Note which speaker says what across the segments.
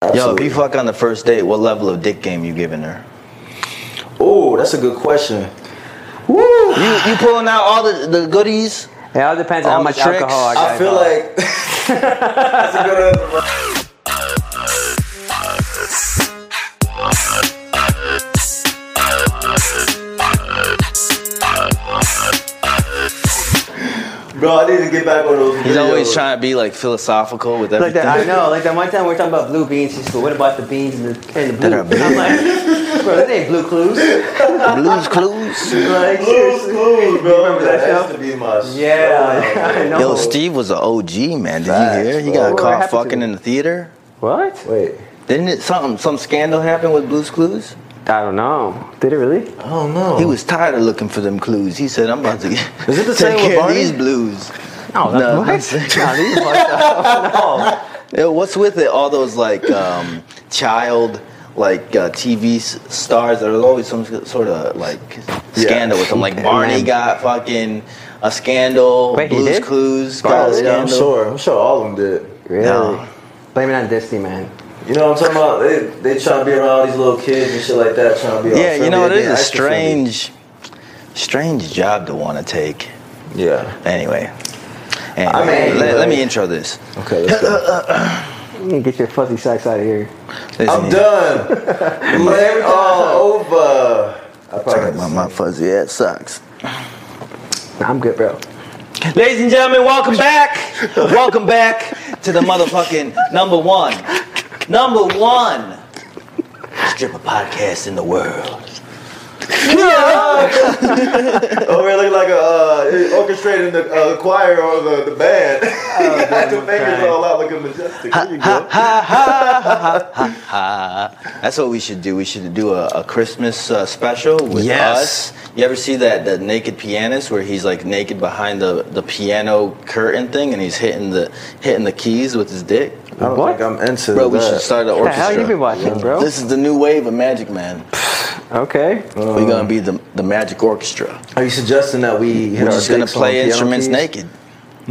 Speaker 1: Yo, if
Speaker 2: Absolutely.
Speaker 1: you fuck on the first date, what level of dick game you giving her?
Speaker 2: Oh, that's a good question.
Speaker 1: Woo! You, you pulling out all the, the goodies?
Speaker 3: It all depends on
Speaker 1: All the
Speaker 3: how much
Speaker 1: tricks.
Speaker 3: alcohol I got.
Speaker 2: I feel
Speaker 3: involved.
Speaker 2: like that's a good answer. bro. Bro, I need to get back on those.
Speaker 1: He's
Speaker 2: videos.
Speaker 1: always trying to be like philosophical with
Speaker 3: Like
Speaker 1: everything.
Speaker 3: that, I know. Like that one time we were talking about blue beans. She's like, "What about the beans and the, and the blue?"
Speaker 1: That are blue.
Speaker 3: I'm like, "Bro, that ain't blue clues."
Speaker 1: Blues Clues.
Speaker 3: Like,
Speaker 2: Blue's
Speaker 3: seriously.
Speaker 2: Clues, bro.
Speaker 3: remember that show?
Speaker 2: used to be my show.
Speaker 3: Yeah, I know.
Speaker 1: Yo, Steve was an OG man. Did
Speaker 2: Facts,
Speaker 1: you hear? He
Speaker 2: bro.
Speaker 1: got
Speaker 3: What
Speaker 1: caught
Speaker 3: happened to
Speaker 1: fucking
Speaker 3: him?
Speaker 1: in the theater.
Speaker 3: What?
Speaker 2: Wait,
Speaker 1: Didn't it something some scandal happen with Blues Clues?
Speaker 3: I don't know. Did it really?
Speaker 2: I don't know.
Speaker 1: He was tired of looking for them clues. He said, "I'm about to
Speaker 2: Oh. Is it the
Speaker 1: take
Speaker 2: same with
Speaker 1: care of
Speaker 2: Barney?
Speaker 1: these blues."
Speaker 3: No,
Speaker 1: No,
Speaker 3: what?
Speaker 1: that's-
Speaker 3: Nah, these fucked up. No.
Speaker 1: Yo, what's with it? All those like um, child like uh, TV s- stars. There's always some sort of like scandal with them. Like Barney
Speaker 3: Man.
Speaker 1: got fucking a scandal.
Speaker 3: Wait, he
Speaker 1: Blues
Speaker 3: did?
Speaker 1: Clues got a
Speaker 2: Probably, yeah,
Speaker 1: scandal.
Speaker 2: I'm sure. I'm sure all of them did.
Speaker 3: Really?
Speaker 1: No.
Speaker 3: Blame it on Disney, man.
Speaker 2: You know what I'm talking about? They they trying to be around all these little kids and shit like that, trying to be. all
Speaker 1: Yeah, you
Speaker 2: friendly
Speaker 1: know it
Speaker 2: and
Speaker 1: is
Speaker 2: being
Speaker 1: a
Speaker 2: extra friendly.
Speaker 1: strange, strange job to want to take.
Speaker 2: Yeah.
Speaker 1: Anyway, anyway, let,
Speaker 2: mean,
Speaker 1: let
Speaker 2: like-
Speaker 1: me intro this.
Speaker 2: Okay. Let's go.
Speaker 3: You can get your fuzzy socks out of here.
Speaker 1: Listen,
Speaker 2: I'm done. Let it all over. I
Speaker 1: Talking
Speaker 2: probably
Speaker 1: about my fuzzy ass sucks.
Speaker 3: Nah, I'm good, bro.
Speaker 1: Ladies and gentlemen, welcome back. welcome back to the motherfucking number one. Number one stripper podcast in the world.
Speaker 2: over here looking Oh, like a uh, orchestrating the uh, choir or the, the band.
Speaker 1: Oh,
Speaker 2: you got your fingers
Speaker 3: okay.
Speaker 2: all out looking majestic. There you go.
Speaker 1: Uh, That's what we should do. We should do a, a Christmas uh, special with
Speaker 2: Yes.
Speaker 1: us. You ever see that the naked pianist where he's like naked behind the, the piano curtain thing and he's hitting the hitting the keys with his dick?
Speaker 2: I don't
Speaker 3: What?
Speaker 2: think I'm into
Speaker 1: Bro, we
Speaker 2: that.
Speaker 1: should start an
Speaker 3: What the
Speaker 1: orchestra.
Speaker 3: hell you been watching, bro?
Speaker 1: This is the new wave of Magic Man.
Speaker 3: Okay.
Speaker 1: We're gonna be the, the Magic Orchestra.
Speaker 2: Are you suggesting that we hit
Speaker 1: We're
Speaker 2: our
Speaker 1: just gonna
Speaker 2: dicks on
Speaker 1: play
Speaker 2: piano
Speaker 1: instruments
Speaker 2: keys?
Speaker 1: naked.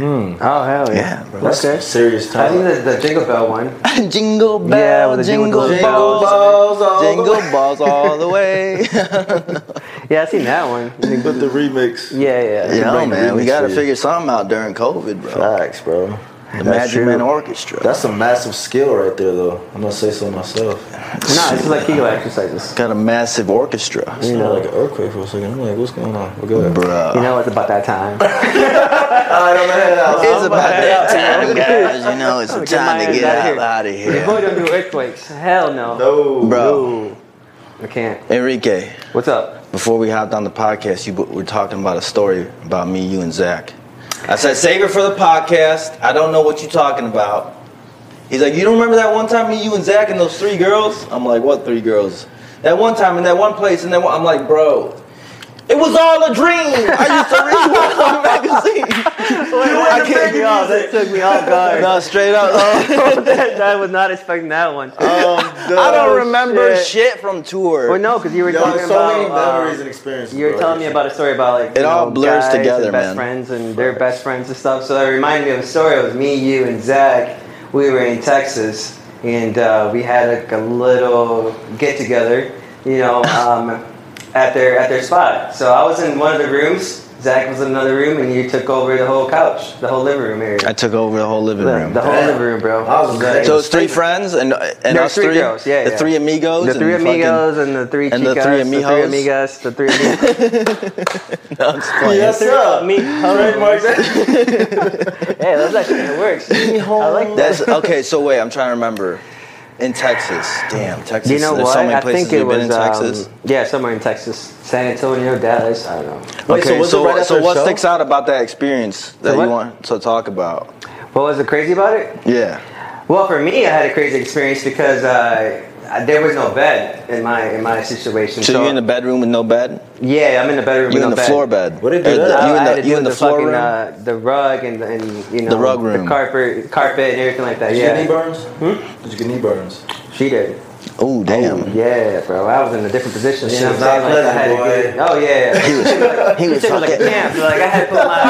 Speaker 3: Oh hell
Speaker 1: Yeah,
Speaker 3: yeah.
Speaker 1: bro.
Speaker 2: That's
Speaker 3: Okay.
Speaker 2: serious
Speaker 3: I think
Speaker 2: talent.
Speaker 3: the, the Jingle Bell one.
Speaker 1: jingle bell,
Speaker 3: Yeah, with the dude with
Speaker 1: jingle,
Speaker 3: the
Speaker 1: balls,
Speaker 2: balls all the
Speaker 1: jingle
Speaker 2: way.
Speaker 1: balls all the way.
Speaker 3: Yeah, I seen that one.
Speaker 2: But the remix.
Speaker 3: Yeah, yeah.
Speaker 1: Yo,
Speaker 2: bring the
Speaker 1: man, we
Speaker 2: remix
Speaker 1: gotta
Speaker 2: to you.
Speaker 1: figure something out during COVID, bro.
Speaker 2: Facts, bro.
Speaker 1: The
Speaker 2: That's
Speaker 1: Magic
Speaker 2: true.
Speaker 1: Man Orchestra.
Speaker 2: That's a massive skill right there, though. I'm gonna say so myself.
Speaker 3: No, this is like Kegel exercises.
Speaker 1: got a massive orchestra,
Speaker 2: It's not like an earthquake for a second. I'm like, what's going on? We're good.
Speaker 3: You
Speaker 1: bro.
Speaker 3: know, it's about that time.
Speaker 2: I don't know.
Speaker 1: It's about that time, guys. You know, it's the
Speaker 3: Get my
Speaker 1: time to
Speaker 3: ass
Speaker 1: get
Speaker 3: outta
Speaker 1: out,
Speaker 3: here.
Speaker 1: out of
Speaker 3: Your
Speaker 1: here,
Speaker 3: boy don't do earthquakes. Hell no.
Speaker 2: No,
Speaker 1: bro.
Speaker 3: I can't.
Speaker 1: Enrique,
Speaker 3: What's up?
Speaker 1: before we hopped on the podcast, you were talking about a story about me, you, and Zach. I said, save it for the podcast. I don't know what you're talking about. He's like, you don't remember that one time me, you, and Zach and those three girls? I'm like, what three girls? That one time in that one place and that one. I'm like, bro, it was all a dream. I used to read one magazine.
Speaker 3: I
Speaker 1: can't-
Speaker 3: me off. That took me off guard.
Speaker 1: No, straight up.
Speaker 3: Um,
Speaker 1: uh,
Speaker 3: I was not expecting that one.
Speaker 1: I don't remember
Speaker 3: shit.
Speaker 1: shit, from tour.
Speaker 3: Well, no, because you were
Speaker 2: Yo,
Speaker 3: talking
Speaker 2: there's so
Speaker 3: about.
Speaker 2: many
Speaker 3: uh,
Speaker 2: memories and experiences.
Speaker 3: you were
Speaker 2: bro.
Speaker 3: telling me about a story about like
Speaker 1: It
Speaker 3: you
Speaker 1: all
Speaker 3: know,
Speaker 1: blurs
Speaker 3: guys
Speaker 1: together,
Speaker 3: and
Speaker 1: man.
Speaker 3: best friends and their best friends and stuff. So that reminded me of a story. It was me, you, and Zach. We were in Texas and uh, we had like a little get together, you know, um, at their at their spot. So I was in one of the rooms. Zach was in another room, and you took over the whole couch, the whole living room area,
Speaker 1: I took over the whole living
Speaker 3: the,
Speaker 1: room.
Speaker 3: the whole living room, bro.
Speaker 2: I was
Speaker 3: Zach-
Speaker 2: there.
Speaker 1: So it's three friends and and
Speaker 3: There's
Speaker 1: us three,
Speaker 3: girls, yeah,
Speaker 1: the
Speaker 3: yeah.
Speaker 1: three amigos,
Speaker 3: The three
Speaker 1: and fucking-
Speaker 3: amigos and the three
Speaker 1: and the
Speaker 3: chicas,
Speaker 1: three
Speaker 3: the
Speaker 1: amigos.
Speaker 3: three amigas, the three amigos.
Speaker 1: No, I'm just playing.
Speaker 2: Yes, sir.
Speaker 3: Me-
Speaker 2: Trademark that.
Speaker 3: hey, that's actually it works. I like that.
Speaker 1: That's okay. So wait, I'm trying to remember. In Texas, damn Texas.
Speaker 3: You know
Speaker 1: There's
Speaker 3: what?
Speaker 1: so many
Speaker 3: I
Speaker 1: places
Speaker 3: think it
Speaker 1: we've
Speaker 3: was
Speaker 1: been in Texas.
Speaker 3: Um, yeah, somewhere in Texas, San Antonio, Dallas. I don't know.
Speaker 2: Wait, so
Speaker 1: okay,
Speaker 2: was it
Speaker 1: so
Speaker 2: right
Speaker 1: so
Speaker 2: after
Speaker 1: what
Speaker 2: the show?
Speaker 1: sticks out about that experience that you
Speaker 3: what?
Speaker 1: want to talk about?
Speaker 3: What was the crazy about it?
Speaker 1: Yeah,
Speaker 3: Well, for me, I had a crazy experience because uh, I- there was no bed in my in my situation.
Speaker 1: so, you're in the bedroom with no bed.
Speaker 3: yeah, I'm in the bedroom.
Speaker 1: You're in
Speaker 3: with no
Speaker 1: the
Speaker 3: bed. Uh,
Speaker 1: floor bed.
Speaker 2: What did they
Speaker 1: Or
Speaker 2: do
Speaker 1: the-
Speaker 2: that?
Speaker 1: You
Speaker 3: I
Speaker 1: in
Speaker 3: had
Speaker 1: the
Speaker 3: to
Speaker 1: you
Speaker 3: do
Speaker 1: in
Speaker 3: the,
Speaker 1: the floor
Speaker 3: fucking,
Speaker 1: room?
Speaker 3: Uh, the rug and, the- and you know
Speaker 1: The rug room.
Speaker 3: carpet, carpet and everything like that.
Speaker 2: Did you get knee
Speaker 3: yeah,
Speaker 2: burns? Hmm? Did you get knee burns?
Speaker 3: she did.
Speaker 1: Oh damn.
Speaker 3: uh, Yeah, bro. I was in a different position. You
Speaker 1: Shit
Speaker 3: know what
Speaker 1: was
Speaker 3: I'm saying?
Speaker 1: not
Speaker 3: Like, I had
Speaker 1: pleasant,
Speaker 3: to get, oh yeah.
Speaker 1: He was, he
Speaker 3: It
Speaker 1: was
Speaker 3: took me like a
Speaker 1: fucking.
Speaker 3: camp. Like I had to put my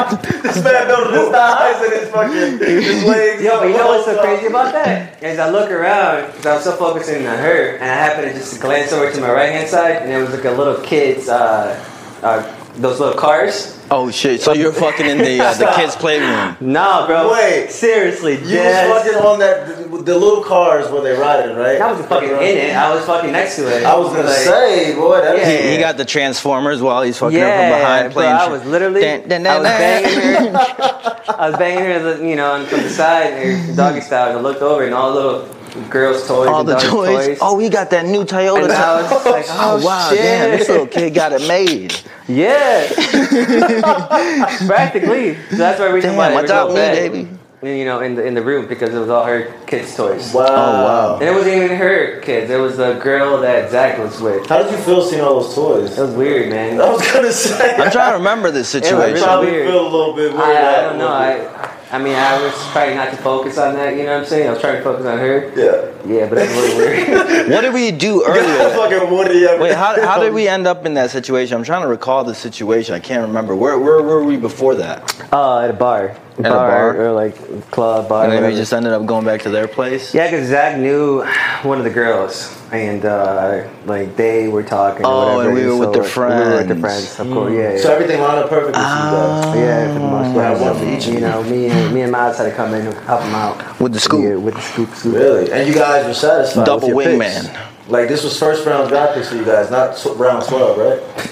Speaker 2: This man built his thighs and his fucking his legs.
Speaker 3: yo. You know what's so
Speaker 2: What's up?
Speaker 3: crazy about that? As I look around, because I'm so focusing on her, and I happen to just glance over to my right hand side, and there was like a little kid's uh, uh, those little cars.
Speaker 1: Oh shit! So you're fucking in the uh, the kids' playroom.
Speaker 3: Nah, bro.
Speaker 2: Wait.
Speaker 3: seriously,
Speaker 2: You
Speaker 3: yes.
Speaker 2: was fucking on that the, the little cars where they riding, right?
Speaker 3: I was fucking in it. I was fucking next to it.
Speaker 2: I was gonna
Speaker 3: Like,
Speaker 2: say, boy, that
Speaker 3: Yeah.
Speaker 2: is
Speaker 1: He, he got the Transformers while he's fucking up from
Speaker 3: Yeah,
Speaker 1: behind
Speaker 3: bro,
Speaker 1: playing.
Speaker 3: I
Speaker 1: tr-
Speaker 3: was literally,
Speaker 1: Dun, dun,
Speaker 3: I
Speaker 1: dun,
Speaker 3: was
Speaker 1: dun.
Speaker 3: banging her, I was banging her, you know, and from the side, and her doggy style, and I looked over, and all the little girls' toys,
Speaker 1: all
Speaker 3: and
Speaker 1: the
Speaker 3: doggy
Speaker 1: toys. Oh, we got that new Toyota.
Speaker 3: and I was just like, oh,
Speaker 1: oh wow,
Speaker 3: shit.
Speaker 1: damn! This little kid got it made.
Speaker 3: yeah, practically. So that's why we
Speaker 1: Damn,
Speaker 3: why they were
Speaker 1: adopt me,
Speaker 3: so bad,
Speaker 1: baby.
Speaker 3: You know, in the in the room because it was all her kids' toys.
Speaker 2: wow.
Speaker 1: Oh, wow.
Speaker 3: And it wasn't even her kids. It was the girl that Zach was with.
Speaker 2: How did you feel seeing all those toys?
Speaker 3: It was weird, man.
Speaker 2: I was gonna say.
Speaker 1: I'm trying to remember this
Speaker 2: I
Speaker 1: situation.
Speaker 3: really-
Speaker 2: probably
Speaker 3: weird.
Speaker 2: feel a little bit weird.
Speaker 3: I, I
Speaker 2: that
Speaker 3: don't know.
Speaker 2: way.
Speaker 3: I, I mean, I was trying not to focus on that. You know what I'm saying? I was trying to focus on her.
Speaker 2: yeah.
Speaker 3: Yeah, but that's really weird.
Speaker 1: What did we do
Speaker 2: Got
Speaker 1: earlier?
Speaker 2: fucking Woody. up.
Speaker 1: Wait, how, how did we end up in that situation? I'm trying to recall the situation. I can't remember. Where where were we before that?
Speaker 3: uh, at a bar,
Speaker 1: At a bar?
Speaker 3: or like club bar.
Speaker 1: And then we
Speaker 3: whatever.
Speaker 1: just ended up going back to their place.
Speaker 3: yeah, because Zach knew one of the girls, and uh, like they were talking.
Speaker 1: Oh,
Speaker 3: or whatever,
Speaker 1: and we were with their
Speaker 3: We were with their
Speaker 1: friends.
Speaker 3: friends, of course. Yeah, yeah.
Speaker 2: So everything lined up perfectly
Speaker 1: Ah.
Speaker 2: for you guys.
Speaker 3: yeah, for the most
Speaker 2: Yeah,
Speaker 3: part.
Speaker 2: one for each.
Speaker 3: You know, me and me and Miles had to come in and help him out
Speaker 1: With the scoop.
Speaker 3: Yeah, with the scoop, scoop.
Speaker 2: Really? And you guys were satisfied.
Speaker 1: Double
Speaker 2: with your picks.
Speaker 1: wingman.
Speaker 2: Like this was first round draft picks for you guys, not tw- round twelve, right?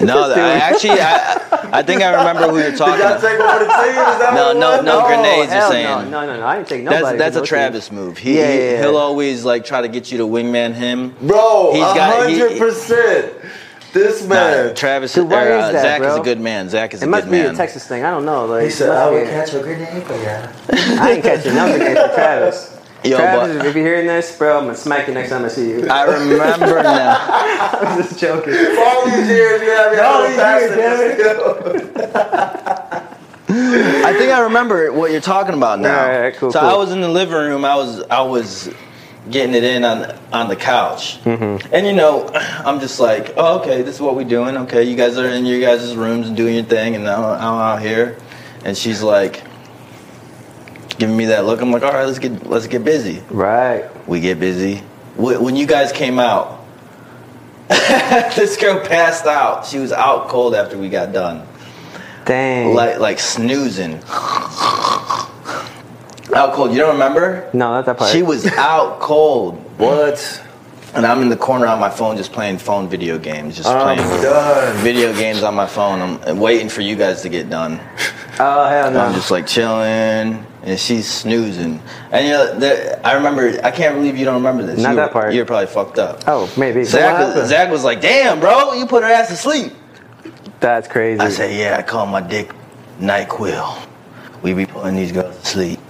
Speaker 1: No, I actually, I, I think I remember who you're talking.
Speaker 2: Did y'all
Speaker 1: about.
Speaker 2: take over the team? Is that
Speaker 1: No,
Speaker 2: what it
Speaker 1: no,
Speaker 2: was?
Speaker 1: no.
Speaker 3: Oh,
Speaker 1: grenades, you're
Speaker 3: hell
Speaker 1: saying.
Speaker 3: No, no, no, no. I didn't take nobody.
Speaker 1: That's that's a
Speaker 3: Those dudes-
Speaker 1: Travis move. He,
Speaker 3: Yeah,
Speaker 1: he-
Speaker 3: yeah, yeah.
Speaker 1: he'll always like try to get you to wingman him.
Speaker 2: Bro,
Speaker 1: He's
Speaker 2: a
Speaker 1: got- he-
Speaker 2: hundred percent. This
Speaker 1: Nah,
Speaker 2: man.
Speaker 1: Travis,
Speaker 3: Dude, where
Speaker 1: or,
Speaker 3: is
Speaker 1: uh,
Speaker 3: that,
Speaker 1: Zach is
Speaker 3: bro?
Speaker 1: a good man. Zach is
Speaker 3: It
Speaker 1: a
Speaker 3: must
Speaker 1: good
Speaker 3: be
Speaker 1: man.
Speaker 3: a Texas thing. I don't know. Like,
Speaker 2: he
Speaker 3: it
Speaker 2: said,
Speaker 3: must
Speaker 2: "I
Speaker 3: be
Speaker 2: would
Speaker 3: a-
Speaker 2: catch a grenade for ya."
Speaker 3: I ain't catching no grenade for Travis.
Speaker 1: Yo,
Speaker 3: Travis,
Speaker 1: but-
Speaker 3: if you're hearing this, bro, I'm gonna smack you next time I see you.
Speaker 1: I remember now.
Speaker 3: I'm just joking.
Speaker 2: All these years, you have
Speaker 3: All
Speaker 2: all
Speaker 3: these
Speaker 2: these
Speaker 3: years,
Speaker 1: I think I remember what you're talking about now.
Speaker 3: All right, cool,
Speaker 1: so
Speaker 3: cool.
Speaker 1: I was in the living room. I was I was getting it in on on the couch,
Speaker 3: Mm-hmm.
Speaker 1: and you know, I'm just like, oh, okay, this is what we're doing. Okay, you guys are in your guys' rooms and doing your thing, and I'm, I'm out here, and she's like. Giving me that look, I'm like, all right, let's get let's get busy.
Speaker 3: Right.
Speaker 1: We get busy. Wh- When you guys came out, this girl passed out. She was out cold after we got done,
Speaker 3: Dang.
Speaker 1: like like snoozing. Out cold. You don't remember?
Speaker 3: no, not that part.
Speaker 1: She was out cold,
Speaker 2: What?
Speaker 1: and I'm in the corner on my phone, just playing phone video games, just
Speaker 3: Um,
Speaker 2: I'm
Speaker 1: playing
Speaker 2: done.
Speaker 1: video games on my phone. I'm I'm waiting for you guys to get done.
Speaker 3: oh hell
Speaker 1: And I'm
Speaker 3: no.
Speaker 1: just like chilling, and she's snoozing. And you know, the, I remember. I can't believe you don't remember this.
Speaker 3: Not
Speaker 1: You-
Speaker 3: that part.
Speaker 1: You're probably fucked up.
Speaker 3: Oh, maybe.
Speaker 1: Zach
Speaker 2: happened?
Speaker 1: was, Zach was like, "Damn, bro, you put her ass to sleep."
Speaker 3: That's crazy.
Speaker 1: I said, "Yeah, I call my dick Nyquil. We be putting these girls to sleep.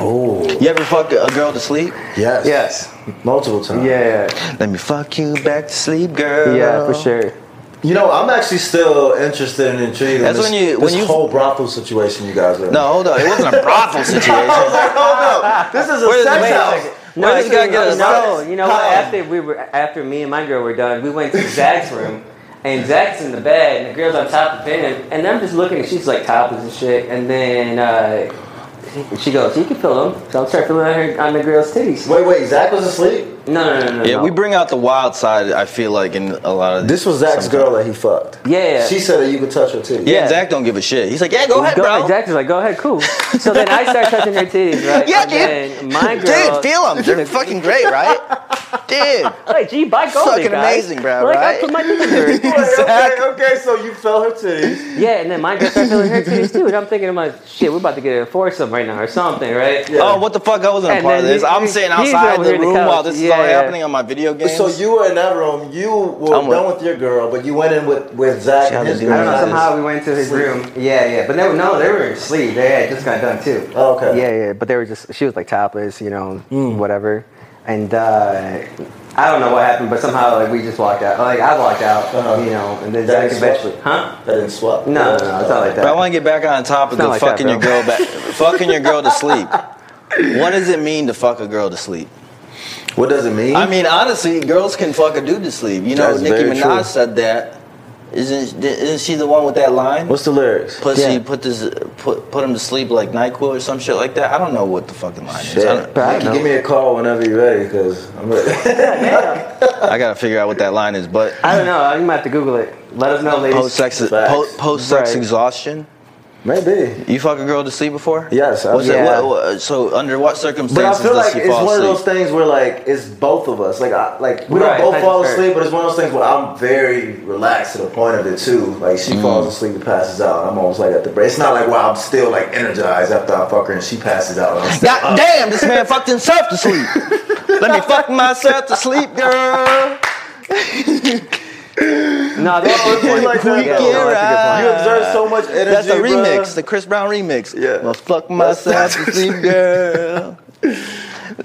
Speaker 2: Oh,
Speaker 1: You ever fucked a a girl to sleep?
Speaker 2: yes.
Speaker 3: yes.
Speaker 2: Multiple times.
Speaker 3: Yeah.
Speaker 1: Let me fuck you back to sleep, girl.
Speaker 3: Yeah, for sure.
Speaker 2: You know, I'm actually still interested and intrigued. in
Speaker 1: That's
Speaker 2: this,
Speaker 1: when you-
Speaker 2: this
Speaker 1: when you-
Speaker 2: whole brothel situation you guys are. in.
Speaker 1: No, hold on. It wasn't a brothel situation.
Speaker 2: Oh no, this is a
Speaker 1: Where-
Speaker 2: sex
Speaker 1: wait a
Speaker 2: house.
Speaker 1: second.
Speaker 3: No,
Speaker 1: Where this
Speaker 3: actually,
Speaker 1: guy get us
Speaker 3: no,
Speaker 1: out?
Speaker 3: you know what?
Speaker 2: How?
Speaker 3: After we were, after me and my girl were done, we went to Zach's room, and Zach's in the bed, and the girl's on top of him, and I'm just looking, and she's like topless and shit, and then uh, she goes, "You can feel him." So I'm start feeling on her on the girl's titties.
Speaker 2: Wait, wait, Zach was asleep.
Speaker 3: No, no, no, no.
Speaker 1: Yeah,
Speaker 3: no.
Speaker 1: we bring out the wild side. I feel like in a lot of
Speaker 2: This was Zach's
Speaker 1: sometimes.
Speaker 2: girl that he fucked.
Speaker 3: Yeah.
Speaker 2: She said that you could touch her too.
Speaker 1: Yeah,
Speaker 3: yeah.
Speaker 1: Zach don't give a shit. He's like, "Yeah, go ahead,
Speaker 3: Go
Speaker 1: bro.
Speaker 3: Zach is like, go ahead, cool. So then I start touching her titties, right?
Speaker 1: yeah,
Speaker 3: and
Speaker 1: dude.
Speaker 3: Then my girl,
Speaker 1: dude, feel them. They're fucking great, right? Dude."
Speaker 3: like, gee, by golly,
Speaker 1: Fucking
Speaker 3: guys.
Speaker 1: amazing, bro,
Speaker 3: Like, I
Speaker 1: right?
Speaker 3: put my dick in her.
Speaker 2: Wait,
Speaker 1: Zach.
Speaker 2: Okay, okay, so you felt her titties.
Speaker 3: Yeah, and then my girl started feeling her titties too, and I'm thinking to myself, shit, we're about to get a foursome right now or something, right?
Speaker 2: Yeah.
Speaker 1: Oh, what the fuck? I wasn't a
Speaker 3: And
Speaker 1: part of
Speaker 3: then
Speaker 1: this.
Speaker 3: he-
Speaker 1: I'm
Speaker 3: he-
Speaker 1: sitting
Speaker 3: he's
Speaker 1: outside
Speaker 3: over
Speaker 1: the
Speaker 3: here in the
Speaker 1: room
Speaker 3: couch.
Speaker 1: while this is
Speaker 3: Yeah.
Speaker 1: all happening on my video games.
Speaker 2: So you were in that room. You were
Speaker 1: I'm with-
Speaker 2: done with your girl, but you went in with with Zach
Speaker 1: She had
Speaker 2: and
Speaker 1: to
Speaker 2: his
Speaker 1: do
Speaker 2: girl.
Speaker 1: that.
Speaker 3: I don't know.
Speaker 1: Yeah,
Speaker 3: Somehow we went to his
Speaker 2: sleep.
Speaker 3: room. Yeah, yeah. But they were no, they were asleep. They had just got done too.
Speaker 2: Oh, okay. Mm.
Speaker 3: Yeah, yeah. But they were just. She was like topless, you know, whatever. And uh, I don't know what happened, but somehow like we just walked out. Like I walked out,
Speaker 2: Uh-huh.
Speaker 3: you know, and then
Speaker 2: That
Speaker 3: Zach
Speaker 2: is what-
Speaker 3: eventually, huh?
Speaker 2: That didn't swap. Uh,
Speaker 3: No, no, no, it's not like
Speaker 1: but I
Speaker 3: that.
Speaker 1: want to get back on the topic
Speaker 3: not
Speaker 1: of
Speaker 3: like that,
Speaker 1: fucking your
Speaker 3: bro.
Speaker 1: girl back, fucking your girl to sleep. What does it mean to fuck a girl to sleep?
Speaker 2: What does it mean?
Speaker 1: I mean, honestly, girls can fuck a dude to sleep. You know,
Speaker 2: That's
Speaker 1: Nicki
Speaker 2: very
Speaker 1: Minaj
Speaker 2: true.
Speaker 1: said that. Isn't isn't she the one with that line?
Speaker 2: what's the lyrics?
Speaker 1: Pussy
Speaker 3: yeah.
Speaker 1: put this put put him to sleep like Nyquil or some shit like that. I don't know what the fucking line is. I,
Speaker 2: Shit.
Speaker 1: don't-
Speaker 3: I
Speaker 2: Nikki,
Speaker 3: know.
Speaker 2: give me a call whenever you're ready, cause I'm ready.
Speaker 1: I gotta figure out what that line is. But
Speaker 3: I don't know. I'm gonna have to Google it. Let us know, ladies.
Speaker 1: post sex
Speaker 2: Facts.
Speaker 1: po, post sex
Speaker 3: Right.
Speaker 1: exhaustion.
Speaker 2: Maybe.
Speaker 1: You fuck a girl to sleep before?
Speaker 2: Yes, I've
Speaker 1: What's it-
Speaker 2: done
Speaker 1: what-
Speaker 2: that.
Speaker 1: what- so under what
Speaker 2: But I
Speaker 1: circumstances
Speaker 2: feel
Speaker 1: does
Speaker 2: like
Speaker 1: she
Speaker 2: it's
Speaker 1: fall
Speaker 2: one of
Speaker 1: asleep?
Speaker 2: those things where like it's both of us. Like I, like we
Speaker 3: Right,
Speaker 2: don't
Speaker 3: I
Speaker 2: both fall
Speaker 3: just heard.
Speaker 2: asleep, but it's one of those things where I'm very relaxed to the point of it too. Like she falls asleep and passes out. I'm almost like at the break. It's not like where I'm still like energized after I fuck her and she passes out. and I'm still
Speaker 1: God damn, this man fucked himself to sleep. Let me fuck myself to sleep, girl.
Speaker 3: No, that's a good point.
Speaker 2: like that,
Speaker 3: Yeah,
Speaker 2: though.
Speaker 3: no, that's a
Speaker 2: You exert so much energy.
Speaker 1: That's the
Speaker 2: bruh.
Speaker 1: remix, the Chris Brown remix.
Speaker 2: Yeah.
Speaker 1: Well, fuck myself to sleep, girl.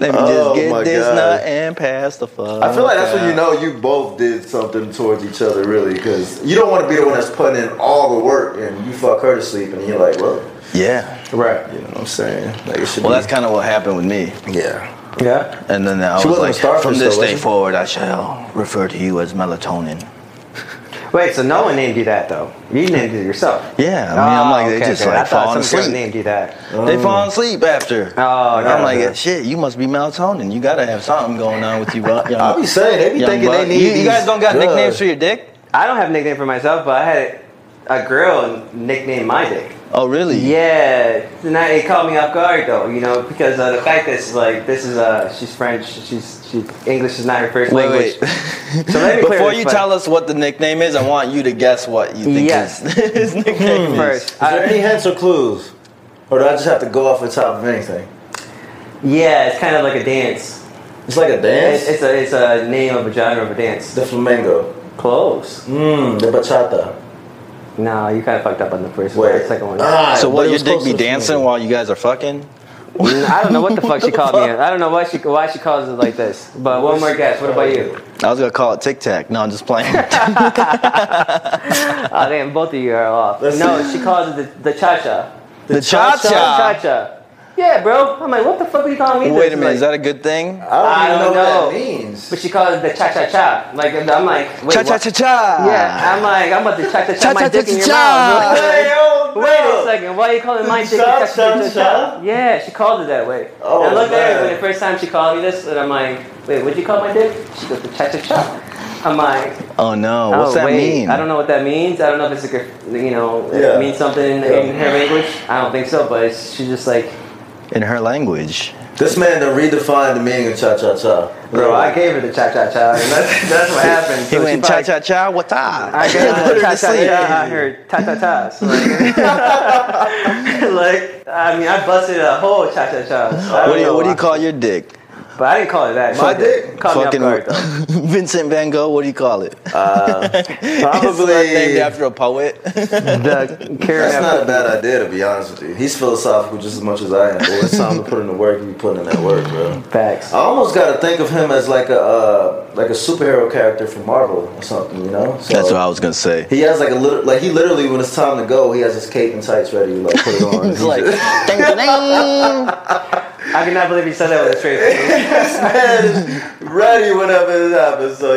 Speaker 1: Let me just
Speaker 2: Oh, my
Speaker 1: get this
Speaker 2: God.
Speaker 1: nut and pass the fuck.
Speaker 2: I feel like that's when you
Speaker 1: out.
Speaker 2: know you both did something towards each other, really, because you don't want to be the one that's putting in all the work and you fuck her to sleep and you're like, well,
Speaker 1: Yeah.
Speaker 2: right. You know what I'm saying? Like it should
Speaker 1: Well,
Speaker 2: be.
Speaker 1: that's kind of what happened with me.
Speaker 2: yeah.
Speaker 3: good point. Yeah.
Speaker 1: And then I
Speaker 2: She
Speaker 1: was
Speaker 2: wasn't a
Speaker 1: like,
Speaker 2: starfish,
Speaker 1: from this
Speaker 2: though, was
Speaker 1: day
Speaker 2: she?
Speaker 1: forward, I shall refer to you as melatonin.
Speaker 3: Wait, so no one named you that though. You named it yourself.
Speaker 1: Yeah, I mean, I'm
Speaker 3: Oh,
Speaker 1: like, they
Speaker 3: okay,
Speaker 1: just,
Speaker 3: okay.
Speaker 1: like,
Speaker 3: I thought
Speaker 1: falling
Speaker 3: some girl
Speaker 1: asleep.
Speaker 3: named you that.
Speaker 1: They fall asleep after.
Speaker 3: Mm. Oh,
Speaker 1: And
Speaker 3: gotcha.
Speaker 1: I'm like, shit, you must be melatonin. You gotta have something going on with you. bu- Young,
Speaker 2: I be saying they be
Speaker 1: young
Speaker 2: thinking
Speaker 1: buck.
Speaker 2: they need
Speaker 1: You, you guys
Speaker 2: these
Speaker 1: don't got
Speaker 2: drugs.
Speaker 1: nicknames for your dick?
Speaker 3: I don't have a nickname for myself, but I had a girl nickname my dick.
Speaker 1: Oh, really?
Speaker 3: Yeah, and that, it caught me off guard though, you know, because of the fact that she's like, this is uh, she's French, she's she English is not her first
Speaker 1: Wait,
Speaker 3: language.
Speaker 1: wait.
Speaker 3: So let me clear
Speaker 1: Before
Speaker 3: this
Speaker 1: you
Speaker 3: first.
Speaker 1: tell us what the nickname is, I want you to guess what you think
Speaker 3: Yes.
Speaker 1: his, his nickname Hmm. is.
Speaker 3: First, Uh,
Speaker 2: Is there
Speaker 3: I-
Speaker 2: any hints or clues, or do I just have to go off the top of anything?
Speaker 3: yeah, it's kind of like a dance.
Speaker 2: It's like a dance.
Speaker 3: It's, it's a it's a name of a genre of a dance.
Speaker 2: the flamenco.
Speaker 3: Close.
Speaker 2: Mmm, the bachata.
Speaker 3: No, you kind of fucked up on the first one,
Speaker 2: Wait,
Speaker 3: the second one.
Speaker 2: Ah,
Speaker 1: So,
Speaker 2: but
Speaker 1: what,
Speaker 2: it
Speaker 1: your
Speaker 2: was
Speaker 1: dick
Speaker 2: close
Speaker 1: be
Speaker 2: to the
Speaker 1: dancing
Speaker 2: flamenco.
Speaker 1: while you guys are fucking?
Speaker 3: I don't know what the fuck she
Speaker 1: What the
Speaker 3: called me. I don't know why she why she calls it like this. But one more guess. What about you?
Speaker 1: I was gonna call it Tic Tac. No, I'm just playing.
Speaker 3: Oh damn, both of you are off.
Speaker 2: Let's
Speaker 3: no,
Speaker 2: see.
Speaker 3: she calls it the, the cha cha.
Speaker 1: the Cha
Speaker 3: Cha
Speaker 1: Cha.
Speaker 3: cha. Yeah, bro. I'm like, what the fuck are you calling me?
Speaker 1: Wait
Speaker 3: this?
Speaker 1: a minute,
Speaker 3: Like,
Speaker 1: is that a good thing?
Speaker 2: I
Speaker 3: I
Speaker 2: don't even
Speaker 3: don't
Speaker 2: know, what
Speaker 3: know.
Speaker 2: that means.
Speaker 3: But she calls it the cha cha cha. Like I'm like, wait,
Speaker 1: Cha Cha
Speaker 3: what?
Speaker 1: Cha Cha.
Speaker 3: Yeah, I'm like, I'm about to cha cha cha
Speaker 1: Cha
Speaker 3: my
Speaker 1: cha
Speaker 3: dick
Speaker 1: cha
Speaker 3: in your
Speaker 1: cha.
Speaker 3: mouth.
Speaker 2: Hey, yo,
Speaker 3: Wait a
Speaker 2: no.
Speaker 3: second, why are you calling my dick
Speaker 2: Cha
Speaker 3: cha cha
Speaker 2: cha
Speaker 3: cha
Speaker 2: cha?
Speaker 3: cha? Yeah, she called it that way.
Speaker 2: Oh,
Speaker 3: and I looked at her
Speaker 2: man.
Speaker 3: when the first time she called me this, and I'm like, wait, what'd you call my dick? She goes, the cha cha cha. I'm like,
Speaker 1: Oh no, what's
Speaker 3: oh,
Speaker 1: that
Speaker 3: wait,
Speaker 1: mean?
Speaker 3: I don't know what that means. I don't know if it's like a, you know,
Speaker 2: Yeah.
Speaker 3: it means something in
Speaker 2: Yeah.
Speaker 3: her language. I don't think so, but it's, she's just like,
Speaker 1: In her language.
Speaker 2: This man done redefined the meaning of cha cha cha.
Speaker 3: bro, I gave her the cha cha cha, and that's, that's what happened.
Speaker 1: He
Speaker 3: So she
Speaker 1: went cha
Speaker 3: probably-
Speaker 1: cha cha, what up?
Speaker 3: I got
Speaker 1: Put her
Speaker 3: ta
Speaker 1: to
Speaker 3: ta
Speaker 1: sleep.
Speaker 3: yeah, I heard ta ta ta's. Like, I mean, I busted a whole cha cha cha.
Speaker 1: What do you what do you call your dick?
Speaker 3: But I didn't call it that.
Speaker 2: My
Speaker 3: She did.
Speaker 2: dick?
Speaker 3: Called me off guard though.
Speaker 1: Vincent Van Gogh. What do you call it? It's
Speaker 2: Probably.
Speaker 1: not named after a poet.
Speaker 3: The Karen
Speaker 2: That's not a bad idea, to be honest with you. He's philosophical just as much as I am. But when it's time to put in the work, you be putting in that work, bro.
Speaker 3: facts.
Speaker 2: I almost got to think of him as like a uh, like a superhero character from Marvel or something, you know? So
Speaker 1: That's what I was gonna say.
Speaker 2: He has like a little, like he literally, when it's time to go, he has his cape and tights ready to like put it on.
Speaker 1: It's like ding, ding, ding.
Speaker 3: I cannot believe you said that with a straight face.
Speaker 2: man is ready whenever it happens. So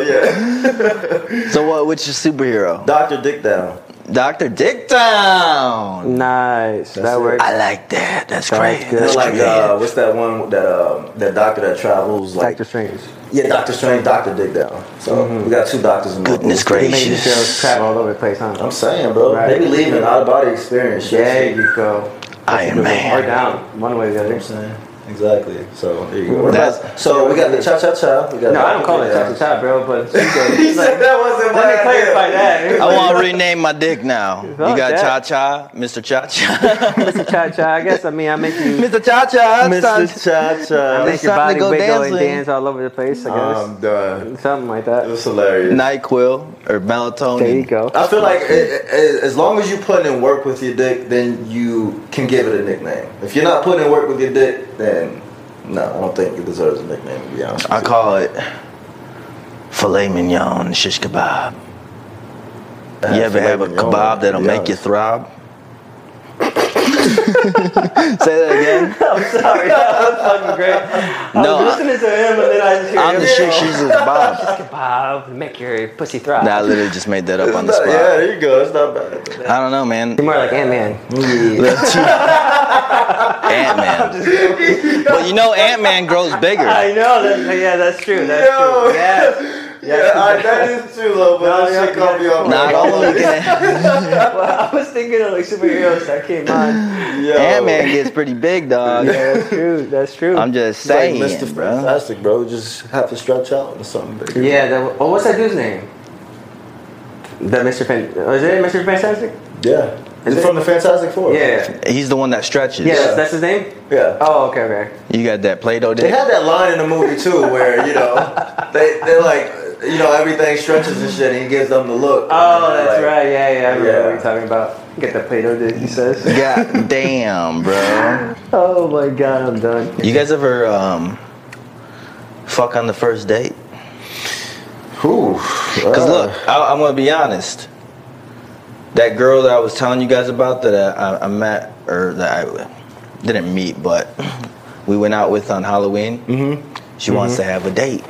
Speaker 2: yeah,
Speaker 1: So what? Which is superhero?
Speaker 2: Doctor Dick down.
Speaker 1: Doctor Dick Down.
Speaker 3: nice.
Speaker 2: That's it.
Speaker 3: that works.
Speaker 1: I like that. That's
Speaker 3: Sounds
Speaker 1: great.
Speaker 3: good.
Speaker 2: You know,
Speaker 1: That's
Speaker 2: like
Speaker 1: great.
Speaker 2: uh, what's that one that um, that doctor that travels like
Speaker 3: Doctor Strange.
Speaker 2: yeah, Doctor Strange, Doctor Dick down. So we got two doctors in
Speaker 1: Goodness
Speaker 2: Marvel.
Speaker 3: He made you feel
Speaker 1: gracious.
Speaker 3: travel all over the place, huh?
Speaker 2: I'm saying, bro,
Speaker 3: Right.
Speaker 2: they be leaving out of body experience. shit.
Speaker 3: There you go.
Speaker 1: Iron
Speaker 3: Or
Speaker 1: Man.
Speaker 3: down, one way or the
Speaker 2: You know what I'm
Speaker 3: other.
Speaker 2: saying exactly. So there you go. What
Speaker 1: That's-
Speaker 2: about- so we got the cha cha cha. We got
Speaker 3: No, I don't call it
Speaker 2: Dick
Speaker 3: cha
Speaker 2: Down.
Speaker 3: cha cha, bro. But she goes,
Speaker 2: He
Speaker 3: she's
Speaker 2: said
Speaker 3: like,
Speaker 2: that wasn't my
Speaker 3: let me
Speaker 2: idea.
Speaker 3: clarify that.
Speaker 1: I want to rename my dick now. You
Speaker 3: Fuck
Speaker 1: got
Speaker 3: that.
Speaker 1: Cha Cha, Mr. Cha Cha,
Speaker 3: Mr. Cha Cha. I guess I mean I make you
Speaker 1: Mr. Cha Cha. it's time-
Speaker 2: Mr. Cha
Speaker 3: I
Speaker 2: Cha.
Speaker 3: make
Speaker 1: It's
Speaker 3: your
Speaker 1: time to go
Speaker 3: body wiggle and
Speaker 1: dancing.
Speaker 3: dance all over the place. I guess
Speaker 2: I'm done.
Speaker 3: something like that.
Speaker 2: That's hilarious.
Speaker 1: Nyquil or melatonin.
Speaker 3: There you go.
Speaker 2: I feel like i i as long as you put in work with your dick, then you can give it a nickname. If you're not putting in work with your dick, then no, I don't think it deserves a nickname. To be honest,
Speaker 1: I
Speaker 2: with
Speaker 1: call it filet mignon shish kebab.
Speaker 2: you.
Speaker 1: You ever have a
Speaker 2: Filet mignon,
Speaker 1: kebab that'll
Speaker 2: to be
Speaker 1: make you
Speaker 2: honest.
Speaker 1: throb? Say that again.
Speaker 3: I'm sorry. That was fucking great.
Speaker 1: No, I-
Speaker 3: I was listening to him and then I just hear
Speaker 1: I'm the
Speaker 3: him
Speaker 1: chick
Speaker 3: go,
Speaker 1: she's a bob.
Speaker 3: Bob, make your pussy throb.
Speaker 1: Nah, I literally just made that up on the
Speaker 2: It's not-
Speaker 1: spot.
Speaker 2: Yeah, there you go. It's not bad.
Speaker 1: I don't know, man.
Speaker 3: You're more like Ant Man.
Speaker 1: Ant Man. But you know, Ant Man grows bigger.
Speaker 3: I know. That, yeah, that's true. That's
Speaker 2: Yo.
Speaker 3: true. Yes.
Speaker 2: Yeah, I, that is true though, but
Speaker 3: No,
Speaker 2: that shit
Speaker 3: yeah,
Speaker 2: caught me
Speaker 3: yeah.
Speaker 2: off
Speaker 1: Not only can
Speaker 3: well, I was thinking of like superheroes that came on.
Speaker 1: Ant Man gets pretty big, dog.
Speaker 3: Yeah, that's true. That's true.
Speaker 1: I'm just
Speaker 2: Like
Speaker 1: saying,
Speaker 2: Mr.
Speaker 1: bro.
Speaker 2: Fantastic, bro. Just have to stretch out or something. Big.
Speaker 3: yeah. That, oh, what's that dude's name? That Mr. Fan. Oh, is it Mr. Fantastic?
Speaker 2: Yeah.
Speaker 3: Is
Speaker 2: Is
Speaker 3: it-
Speaker 2: it from the Fantastic
Speaker 1: Oh.
Speaker 2: Four?
Speaker 3: Yeah.
Speaker 1: He's the one that stretches.
Speaker 3: Yeah. That's, that's his name.
Speaker 2: Yeah.
Speaker 3: Oh, okay, okay.
Speaker 1: You got that Play-Doh
Speaker 2: They
Speaker 1: dick.
Speaker 2: had that line in the movie too, where you know they they're like, you know, everything stretches and shit, and he gives them the look.
Speaker 3: Oh,
Speaker 2: And
Speaker 3: that's
Speaker 2: they're like,
Speaker 3: right. Yeah, yeah. I remember
Speaker 2: Yeah.
Speaker 3: what you're talking about. Get the Play-Doh dick, he says.
Speaker 1: God damn, bro.
Speaker 3: Oh my god, I'm done.
Speaker 1: You guys ever um fuck on the first date?
Speaker 2: Whew.
Speaker 1: Cause
Speaker 2: Uh,
Speaker 1: look, I, I'm gonna be honest. That girl that I was telling you guys about that I, I met or that I didn't meet, but we went out with on Halloween. Mm-hmm. She wants to have a date.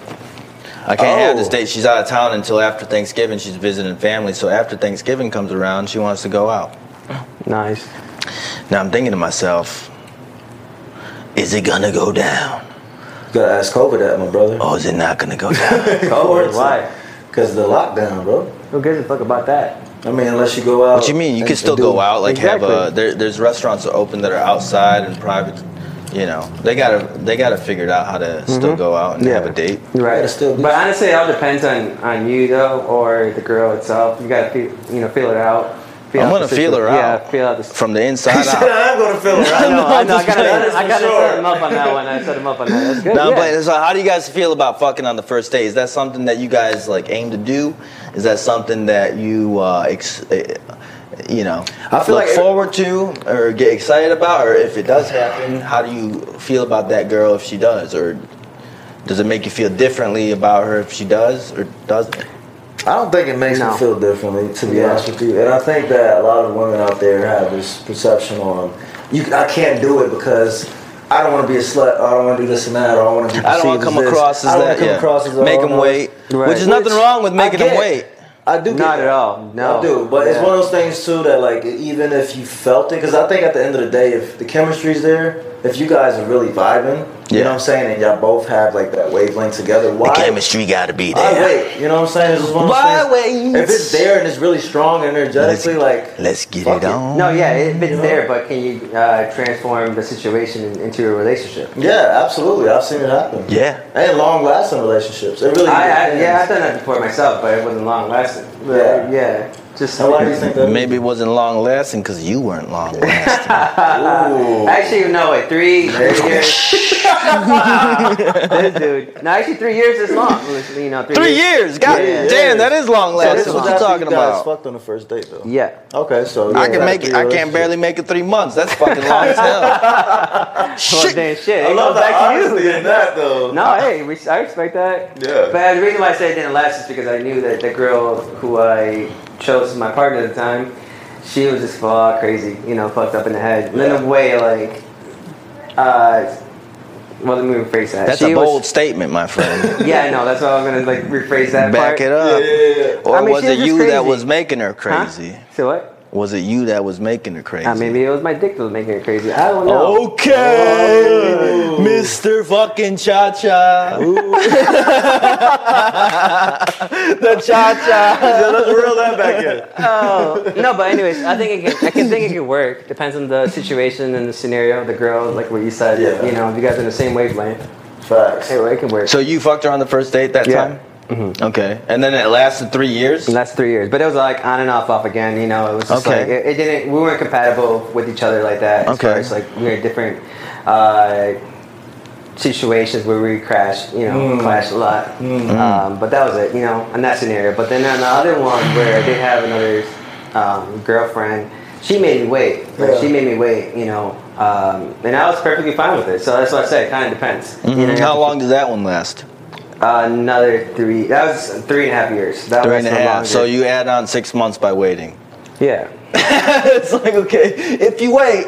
Speaker 1: I can't have this
Speaker 2: Oh.
Speaker 1: date. She's out of town until after Thanksgiving. She's visiting family, so after Thanksgiving comes around, she wants to go out.
Speaker 3: Nice.
Speaker 1: Now I'm thinking to myself, is it gonna go down?
Speaker 2: gotta ask COVID that, my brother.
Speaker 1: Or is it not gonna go down?
Speaker 3: Oh, why?
Speaker 2: Because the lockdown, bro.
Speaker 3: Who gives a fuck about that?
Speaker 2: I mean, unless you go out.
Speaker 1: What you mean? You
Speaker 2: and-
Speaker 1: can still
Speaker 2: and do-
Speaker 1: go out, like have a.
Speaker 3: Exactly.
Speaker 1: There, there's restaurants that open that are outside and private. You know, they gotta they gotta figure it out how to still go out and have a date.
Speaker 3: You're right.
Speaker 2: Mm-hmm. Yeah, still do-
Speaker 3: but honestly, it all depends on, on you though, or the girl itself. You gotta feel, you know feel it out. Feel
Speaker 1: I'm
Speaker 3: out
Speaker 1: gonna
Speaker 3: the
Speaker 1: feel
Speaker 3: situ-
Speaker 1: her
Speaker 3: Yeah,
Speaker 1: out
Speaker 3: feel out the. Situ-
Speaker 1: from the inside
Speaker 2: Shit,
Speaker 1: out.
Speaker 2: I'm gonna feel
Speaker 3: I
Speaker 2: it.
Speaker 3: know, I know. I gotta,
Speaker 2: That is
Speaker 3: I
Speaker 2: for
Speaker 3: gotta
Speaker 2: sure.
Speaker 3: set him up on that one. I set him up on that. That's good.
Speaker 1: No,
Speaker 3: yeah.
Speaker 1: but so how do you guys feel about fucking on the first day? Is that something that you guys like aim to do? Is that something that you uh, ex- eh, you know
Speaker 2: I feel
Speaker 1: look
Speaker 2: like it-
Speaker 1: forward to or get excited about? Or if it does happen, how do you feel about that girl if she does? Or does it make you feel differently about her if she does or doesn't?
Speaker 2: I don't think it makes
Speaker 3: No.
Speaker 2: me feel differently, to be
Speaker 3: Yeah.
Speaker 2: honest with you. And I think that a lot of women out there have this perception on you. I can't do it because I don't want to be a slut. Or I don't want to do this and that. Or I want to be.
Speaker 1: I don't want to
Speaker 2: perceived
Speaker 1: come
Speaker 2: as this.
Speaker 1: across as
Speaker 2: I don't
Speaker 1: that.
Speaker 2: wanna come
Speaker 1: yeah.
Speaker 2: across as
Speaker 1: Make
Speaker 2: all
Speaker 1: them
Speaker 2: those.
Speaker 1: wait,
Speaker 3: Right.
Speaker 1: which is nothing
Speaker 2: Which
Speaker 1: wrong with
Speaker 2: I
Speaker 1: making them
Speaker 2: get.
Speaker 1: wait.
Speaker 2: I do. get
Speaker 3: Not
Speaker 2: that.
Speaker 3: at all. No.
Speaker 2: I do, but it's
Speaker 3: Yeah.
Speaker 2: one of those things too that like even if you felt it, because I think at the end of the day, if the chemistry's there, if you guys are really vibing, you
Speaker 1: Yeah.
Speaker 2: know what I'm saying, and y'all both have like that wavelength together, why?
Speaker 1: Chemistry got to be
Speaker 2: Why
Speaker 1: there.
Speaker 2: wait? You know what I'm saying? It's just one of those
Speaker 1: Why
Speaker 2: things-
Speaker 1: wait?
Speaker 2: If it's there and it's really strong and energetically, like
Speaker 1: Let's get
Speaker 2: Fuck
Speaker 1: it
Speaker 2: it.
Speaker 1: on.
Speaker 3: No, yeah, it, it's there, but can you uh, transform the situation in- into a relationship?
Speaker 2: yeah, absolutely, I've seen it happen.
Speaker 1: Yeah.
Speaker 2: and long lasting relationships. It really.
Speaker 3: I, I,
Speaker 2: depends.
Speaker 3: yeah, I've done that before myself, but it wasn't long lasting. But,
Speaker 2: Yeah.
Speaker 3: yeah, just
Speaker 2: So why do you think that?
Speaker 1: Maybe it wasn't long lasting because you weren't long lasting.
Speaker 2: Ooh.
Speaker 3: Actually, no, wait, three, three years. Wow. this dude. No, actually, three years is long. You know, three,
Speaker 1: Three years, god
Speaker 2: Yeah.
Speaker 1: damn, that is long
Speaker 2: So
Speaker 1: lasting.
Speaker 2: this was
Speaker 1: what you
Speaker 2: after
Speaker 1: talking
Speaker 2: you guys
Speaker 1: about?
Speaker 2: Fucked on the first date though.
Speaker 3: Yeah.
Speaker 2: Okay, so
Speaker 1: I
Speaker 2: yeah,
Speaker 1: can make it. I
Speaker 2: relationship.
Speaker 1: can barely make it three months. That's fucking long as hell.
Speaker 3: Well,
Speaker 1: Shit.
Speaker 3: then shit.
Speaker 2: I
Speaker 3: It
Speaker 2: love
Speaker 3: goes back
Speaker 2: that
Speaker 3: to you.
Speaker 2: honesty in that though.
Speaker 3: No, hey, we, I respect that.
Speaker 2: Yeah.
Speaker 3: But the reason why I say it didn't last is because I knew that the girl who I chose as my partner at the time, she was just fuck crazy, you know, fucked up in the head. And in a way, like, uh, well, let me rephrase that.
Speaker 1: That's
Speaker 3: She
Speaker 1: a
Speaker 3: was-
Speaker 1: bold statement, my friend.
Speaker 3: yeah, I know. That's why I'm gonna like rephrase that.
Speaker 1: Back it
Speaker 3: part.
Speaker 2: Yeah,
Speaker 1: up.
Speaker 2: yeah, yeah.
Speaker 1: Or
Speaker 3: I mean,
Speaker 1: was
Speaker 3: she was
Speaker 1: it
Speaker 3: just
Speaker 1: you that
Speaker 3: crazy.
Speaker 1: was making her
Speaker 3: Huh?
Speaker 1: crazy?
Speaker 3: So what?
Speaker 1: Was it you that was making her crazy?
Speaker 3: Uh, maybe it was my dick that was making it crazy. I don't know.
Speaker 1: Oh. Okay, Mr. Fucking Cha Cha. the Cha Cha.
Speaker 2: Let's reel that back in.
Speaker 3: Oh, no, but anyways, I think it can, I can think it could work. Depends on the situation and the scenario, the girl, like what you said.
Speaker 2: Yeah.
Speaker 3: You know, if you guys are in the same wavelength,
Speaker 2: Facts.
Speaker 3: hey, well, it can work.
Speaker 1: So you fucked her on the first date that
Speaker 3: Yeah. Mm-hmm.
Speaker 1: time? Okay, and then it lasted three years.
Speaker 3: And that's three years, but it was like on and off, off again. You know, it was just
Speaker 1: Okay.
Speaker 3: like it, it didn't. We weren't compatible with each other like that. As far
Speaker 1: Okay.
Speaker 3: as like we were in different uh, situations where we crashed. You know, clashed a lot. Um, but that was it. You know, in that scenario. But then on the other one where they have another um, girlfriend, she made me wait. Like,
Speaker 2: Yeah.
Speaker 3: She made me wait. You know, um, and I was perfectly fine with it. So that's what I say. It kind of depends. You know, you
Speaker 1: Mhm.
Speaker 3: have
Speaker 1: How
Speaker 3: to-
Speaker 1: long did that one last?
Speaker 3: another three. That was three and a half years. That
Speaker 1: Three
Speaker 3: was
Speaker 1: and a
Speaker 3: the
Speaker 1: half.
Speaker 3: longer-
Speaker 1: So you add on six months by waiting.
Speaker 3: yeah.
Speaker 1: it's like okay, if you wait,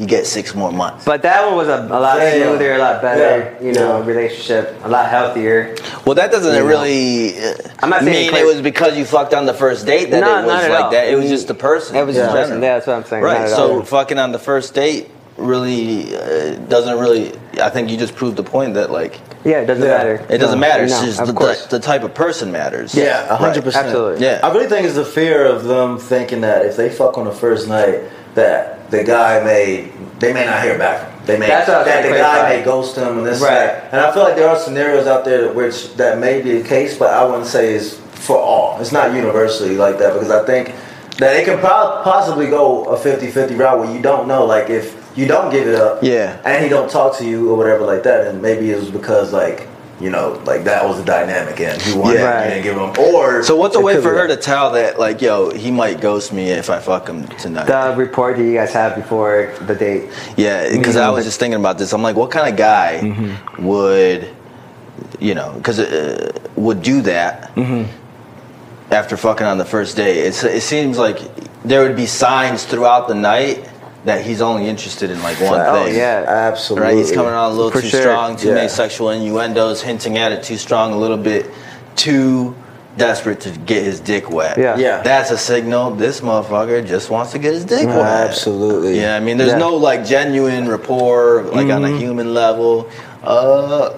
Speaker 1: you get six more months.
Speaker 3: But that one was a, a lot
Speaker 2: Damn.
Speaker 3: smoother, a lot better,
Speaker 2: Yeah.
Speaker 3: you know,
Speaker 2: Yeah.
Speaker 3: relationship, a lot healthier.
Speaker 1: Well, that doesn't
Speaker 3: You know.
Speaker 1: really. uh,
Speaker 3: I'm not saying
Speaker 1: mean
Speaker 3: Clay-
Speaker 1: it was because you fucked on the first date that
Speaker 3: No,
Speaker 1: it was
Speaker 3: not at
Speaker 1: like
Speaker 3: all.
Speaker 1: that. It was just the person.
Speaker 3: It was just
Speaker 1: in
Speaker 3: a person.
Speaker 1: general.
Speaker 3: Yeah, that's what I'm saying. not
Speaker 1: Right.
Speaker 3: at
Speaker 1: So
Speaker 3: all.
Speaker 1: fucking on the first date really uh, doesn't really. I think you just proved the point that like
Speaker 3: yeah, it doesn't
Speaker 2: Yeah.
Speaker 3: matter.
Speaker 1: it doesn't
Speaker 3: No,
Speaker 1: matter.
Speaker 3: no,
Speaker 1: It's just
Speaker 3: of
Speaker 1: the,
Speaker 3: course.
Speaker 1: the type of person matters.
Speaker 2: Yeah, a hundred
Speaker 1: Right.
Speaker 2: percent.
Speaker 3: Absolutely.
Speaker 1: Yeah.
Speaker 2: I really think it's the fear of them thinking that if they fuck on the first night, that the guy may they may not hear back. from him. They may
Speaker 3: That's what I was
Speaker 2: that the
Speaker 3: gonna
Speaker 2: guy
Speaker 3: clarify.
Speaker 2: may ghost them and this
Speaker 3: Right.
Speaker 2: and that. And I feel like there are scenarios out there that which that may be the case, but I wouldn't say it's for all. It's not universally like that because I think that it can prob- possibly go a 50-50 route where you don't know. Like if you don't give it up,
Speaker 1: Yeah.
Speaker 2: and he don't talk to you or whatever like that, and maybe it was because like. You know, like that was the dynamic, and you wanted,
Speaker 1: Yeah.
Speaker 2: you didn't give him. Or
Speaker 1: So what's a
Speaker 2: it
Speaker 1: way
Speaker 2: could
Speaker 1: for
Speaker 2: be
Speaker 1: her
Speaker 2: that.
Speaker 1: to tell that like yo he might ghost me if I fuck him tonight?
Speaker 3: The report that you guys have before the date.
Speaker 1: Yeah, because I
Speaker 3: Mhm.
Speaker 1: was just thinking about this. I'm like, what kind of guy would, you know, because uh, would do that after fucking on the first day? It's, it seems like there would be signs throughout the night that he's only interested in like one
Speaker 2: Facts.
Speaker 3: Oh,
Speaker 1: thing.
Speaker 3: yeah.
Speaker 2: absolutely.
Speaker 1: Right? He's coming on a little
Speaker 3: For
Speaker 1: too
Speaker 3: sure.
Speaker 1: strong, too
Speaker 2: Yeah.
Speaker 1: many sexual innuendos, hinting at it too strong, a little bit too desperate to get his dick wet.
Speaker 3: Yeah.
Speaker 2: Yeah.
Speaker 1: That's a signal this motherfucker just wants to get his dick wet.
Speaker 2: Absolutely.
Speaker 1: Yeah, I mean, there's
Speaker 3: Yeah.
Speaker 1: no like genuine rapport, like on a human level. Uh,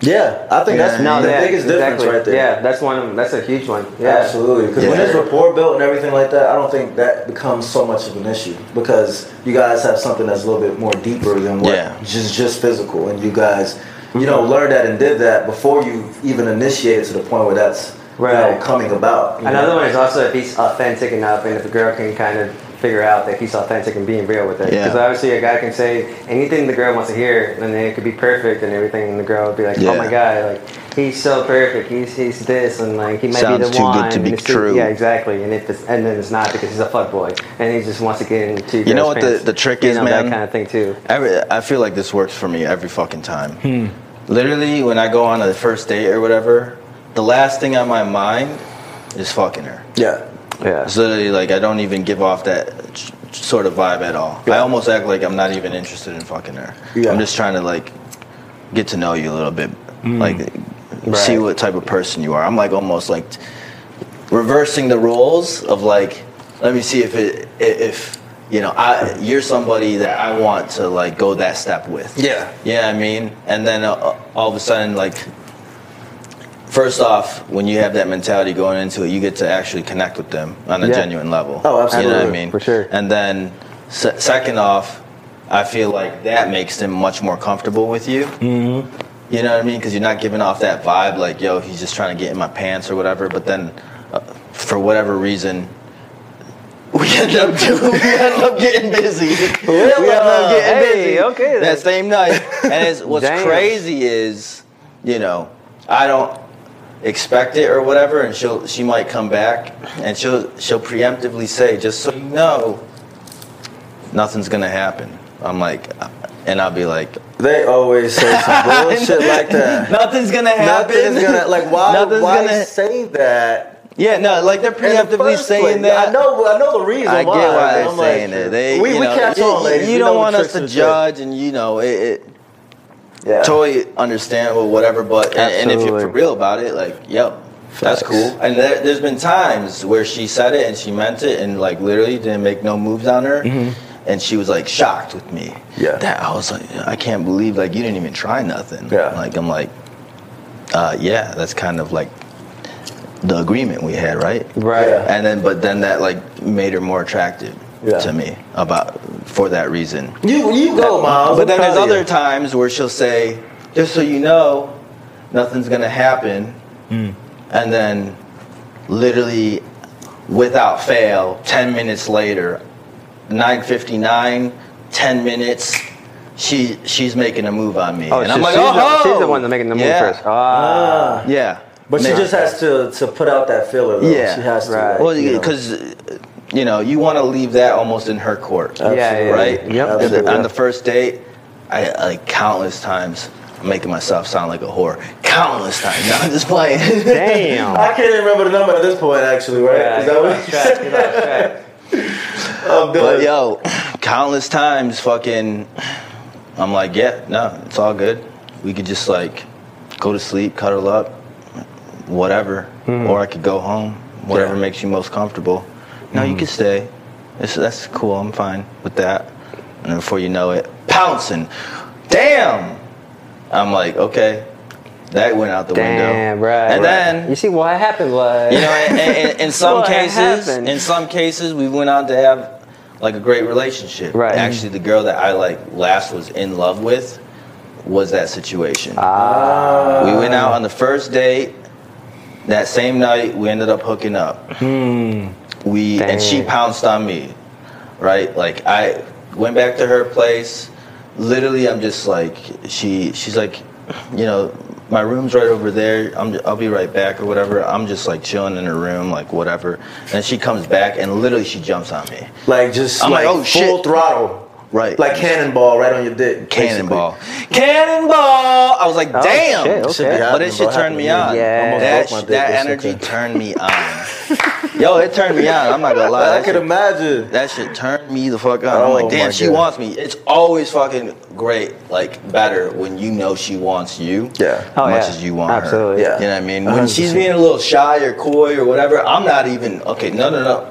Speaker 2: Yeah, I think that's
Speaker 1: Yeah.
Speaker 3: No,
Speaker 2: the
Speaker 3: yeah,
Speaker 2: biggest
Speaker 3: exactly.
Speaker 2: difference right there.
Speaker 3: Yeah, that's one. Of, that's a huge one. Yeah.
Speaker 2: Absolutely, because when
Speaker 1: Yeah.
Speaker 2: there's rapport built and everything like that, I don't think that becomes so much of an issue because you guys have something that's a little bit more deeper than what
Speaker 1: Yeah.
Speaker 2: just just physical, and you guys, you know, learned that and did that before you even initiated to the point where that's you know,
Speaker 3: Right.
Speaker 2: coming about. you
Speaker 3: Another
Speaker 2: know?
Speaker 3: one is also if he's authentic enough, and if the girl can kind of figure out that he's authentic and being real with it.
Speaker 1: Yeah.
Speaker 3: Because obviously a guy can say anything the girl wants to hear, and then it could be perfect and everything, and the girl would be like,
Speaker 1: Yeah.
Speaker 3: "Oh my god, like he's so perfect, he's he's this, and like he might be
Speaker 1: Sounds
Speaker 3: the
Speaker 1: too good
Speaker 3: one."
Speaker 1: to be
Speaker 3: and it's too-
Speaker 1: true.
Speaker 3: Yeah, exactly. And if it's, and then it's not because he's a fuck boy, and he just wants to get into
Speaker 1: You know
Speaker 3: girls'
Speaker 1: what the-
Speaker 3: pants.
Speaker 1: the trick
Speaker 3: You
Speaker 1: is,
Speaker 3: know, that
Speaker 1: man?
Speaker 3: kind of thing too.
Speaker 1: every, I feel like this works for me every fucking time. Literally, when I go on a first date or whatever, the last thing on my mind is fucking her.
Speaker 2: yeah,
Speaker 3: Yeah.
Speaker 1: It's literally like I don't even give off that ch- ch- sort of vibe at all. I almost act like I'm not even interested in fucking her.
Speaker 2: Yeah.
Speaker 1: I'm just trying to like get to know you a little bit,
Speaker 2: Mm.
Speaker 1: like see
Speaker 3: Right.
Speaker 1: what type of person you are. I'm like almost like t- reversing the roles of like let me see if it i- if you know I you're somebody that I want to like go that step with.
Speaker 2: Yeah.
Speaker 1: Yeah, I mean, and then uh, all of a sudden like First off, when you have that mentality going into it, you get to actually connect with them on a
Speaker 3: Yeah.
Speaker 1: genuine level.
Speaker 2: Oh, absolutely.
Speaker 1: You know what I mean?
Speaker 3: For sure.
Speaker 1: And then, se- second off, I feel like that makes them much more comfortable with you. Mm-hmm. You know what I mean? Because you're not giving off that vibe like, yo, he's just trying to get in my pants or whatever. But then, uh, for whatever reason, we end up doing, we end up getting busy. We end up getting
Speaker 3: Hey,
Speaker 1: busy.
Speaker 3: okay then.
Speaker 1: That same night. And it's, what's
Speaker 3: Damn.
Speaker 1: crazy is, you know, I don't expect it or whatever, and she'll she might come back and she'll she'll preemptively say, just so you know, nothing's gonna happen. I'm like, uh, and I'll be like,
Speaker 2: they always say some bullshit like that.
Speaker 1: nothing's gonna happen.
Speaker 2: Nothing is gonna like why?
Speaker 1: Nothing's
Speaker 2: why
Speaker 1: gonna-
Speaker 2: say that?
Speaker 1: yeah, no, like they're
Speaker 2: In the
Speaker 1: preemptively
Speaker 2: first
Speaker 1: saying
Speaker 2: place.
Speaker 1: that.
Speaker 2: I know, I know the reason
Speaker 1: I get
Speaker 2: why.
Speaker 1: why
Speaker 2: but
Speaker 1: they're
Speaker 2: I'm
Speaker 1: saying
Speaker 2: like,
Speaker 1: it. They,
Speaker 2: we
Speaker 1: you
Speaker 2: we
Speaker 1: know,
Speaker 2: catch
Speaker 1: you,
Speaker 2: on, ladies.
Speaker 1: You,
Speaker 2: We know
Speaker 1: don't
Speaker 2: what
Speaker 1: want us
Speaker 2: tricks
Speaker 1: to
Speaker 2: are to.
Speaker 1: judge, and you know it. it
Speaker 2: Yeah.
Speaker 1: Totally understandable, whatever. But and, and if you're
Speaker 3: Absolutely.
Speaker 1: for real about it, like, yep,
Speaker 2: Facts.
Speaker 1: that's cool. And there, there's been times where she said it and she meant it, and like literally didn't make no moves on her, and she was like shocked with me.
Speaker 2: Mm-hmm. Yeah.
Speaker 1: that I was like, I can't believe like you didn't even try nothing.
Speaker 2: Yeah.
Speaker 1: like I'm like, uh, yeah, that's kind of like the agreement we had, right?
Speaker 3: Right.
Speaker 2: Yeah.
Speaker 1: and then but then that like made her more attractive
Speaker 2: Yeah.
Speaker 1: to me about for that reason
Speaker 2: You you go, Miles.
Speaker 1: but then
Speaker 2: I'm
Speaker 1: there's
Speaker 2: proud of
Speaker 1: other
Speaker 2: you.
Speaker 1: times where she'll say just so you know nothing's gonna happen
Speaker 3: Hmm.
Speaker 1: and then literally without fail 10 minutes later 9.59 10 minutes she she's making a move on me
Speaker 3: Oh,
Speaker 1: and
Speaker 3: she's,
Speaker 1: i'm like
Speaker 3: she's,
Speaker 1: oh
Speaker 3: the, she's the one that's making the move
Speaker 1: yeah.
Speaker 3: first. Ah.
Speaker 2: Ah.
Speaker 1: yeah
Speaker 2: But she
Speaker 1: Maybe.
Speaker 2: just has to to put out that filler. Though.
Speaker 1: Yeah.
Speaker 2: she has to.
Speaker 3: Right.
Speaker 1: well
Speaker 2: you know.
Speaker 1: because you know you want to leave that almost in her court
Speaker 3: yeah, yeah, yeah.
Speaker 1: right?
Speaker 3: Yep.
Speaker 1: On the-
Speaker 2: Absolutely.
Speaker 1: on the first date, I like countless times I'm making myself sound like a whore. Countless times. No, I'm just playing.
Speaker 3: Damn.
Speaker 2: I can't even remember the number at this point. Actually, right?
Speaker 3: Yeah,
Speaker 2: Is that
Speaker 3: you're
Speaker 2: what
Speaker 3: off
Speaker 2: you
Speaker 3: track,
Speaker 2: said?
Speaker 3: you're off track.
Speaker 2: I'm
Speaker 1: but
Speaker 2: done.
Speaker 1: yo, countless times fucking I'm like, yeah, no, it's all good. We could just like go to sleep, cuddle up, whatever. Or I could go home, whatever
Speaker 2: Yeah.
Speaker 1: makes you most comfortable. No, you could stay. It's, that's cool. I'm fine with that. And then before you know it, pouncing. Damn! I'm like, okay. That went out the
Speaker 3: Damn,
Speaker 1: window.
Speaker 3: right.
Speaker 1: And then
Speaker 3: you see what happened was
Speaker 1: you know, and, and- and in some
Speaker 3: What
Speaker 1: cases,
Speaker 3: happened?
Speaker 1: in some cases, we went on to have like a great relationship.
Speaker 3: Right.
Speaker 1: Actually, the girl that I like last was in love with was that situation.
Speaker 3: Ah.
Speaker 1: We went out on the first date. That same night, we ended up hooking up. We and she
Speaker 3: Dang.
Speaker 1: pounced on me, right? Like I went back to her place. Literally, I'm just like she. She's like, you know, my room's right over there. I'm. I'll be right back or whatever. I'm just like chilling in her room, like whatever. And she comes back and literally she jumps on me.
Speaker 2: Like just
Speaker 1: I'm like,
Speaker 2: like,
Speaker 1: oh,
Speaker 2: full
Speaker 1: shit.
Speaker 2: throttle.
Speaker 1: Right.
Speaker 2: Like cannonball right on your dick. basically.
Speaker 1: Cannonball. Cannonball! I was like,
Speaker 3: Oh,
Speaker 1: damn.
Speaker 3: shit,
Speaker 2: Shit be
Speaker 3: Okay.
Speaker 1: But
Speaker 2: happening,
Speaker 1: it should
Speaker 2: bro.
Speaker 1: turn me
Speaker 2: Happened
Speaker 1: on.
Speaker 2: to
Speaker 3: Yeah.
Speaker 2: Almost
Speaker 1: That,
Speaker 2: broke my dick
Speaker 1: that
Speaker 2: this
Speaker 1: energy
Speaker 2: weekend.
Speaker 1: turned me on. Yo, it turned me on. I'm not gonna lie.
Speaker 2: I
Speaker 1: That
Speaker 2: could
Speaker 1: shit,
Speaker 2: imagine.
Speaker 1: that shit turned me the fuck on. I'm
Speaker 2: Oh
Speaker 1: like, damn,
Speaker 2: my
Speaker 1: she
Speaker 2: God.
Speaker 1: wants me. It's always fucking great, like better when you know she wants you.
Speaker 2: Yeah.
Speaker 3: Oh,
Speaker 1: as much
Speaker 3: yeah.
Speaker 1: as you want
Speaker 3: Absolutely.
Speaker 1: her.
Speaker 2: Yeah.
Speaker 1: You know what I mean?
Speaker 2: A
Speaker 1: When
Speaker 2: hundred
Speaker 1: she's
Speaker 2: percent.
Speaker 1: being a little shy or coy or whatever, I'm not even okay, no no no.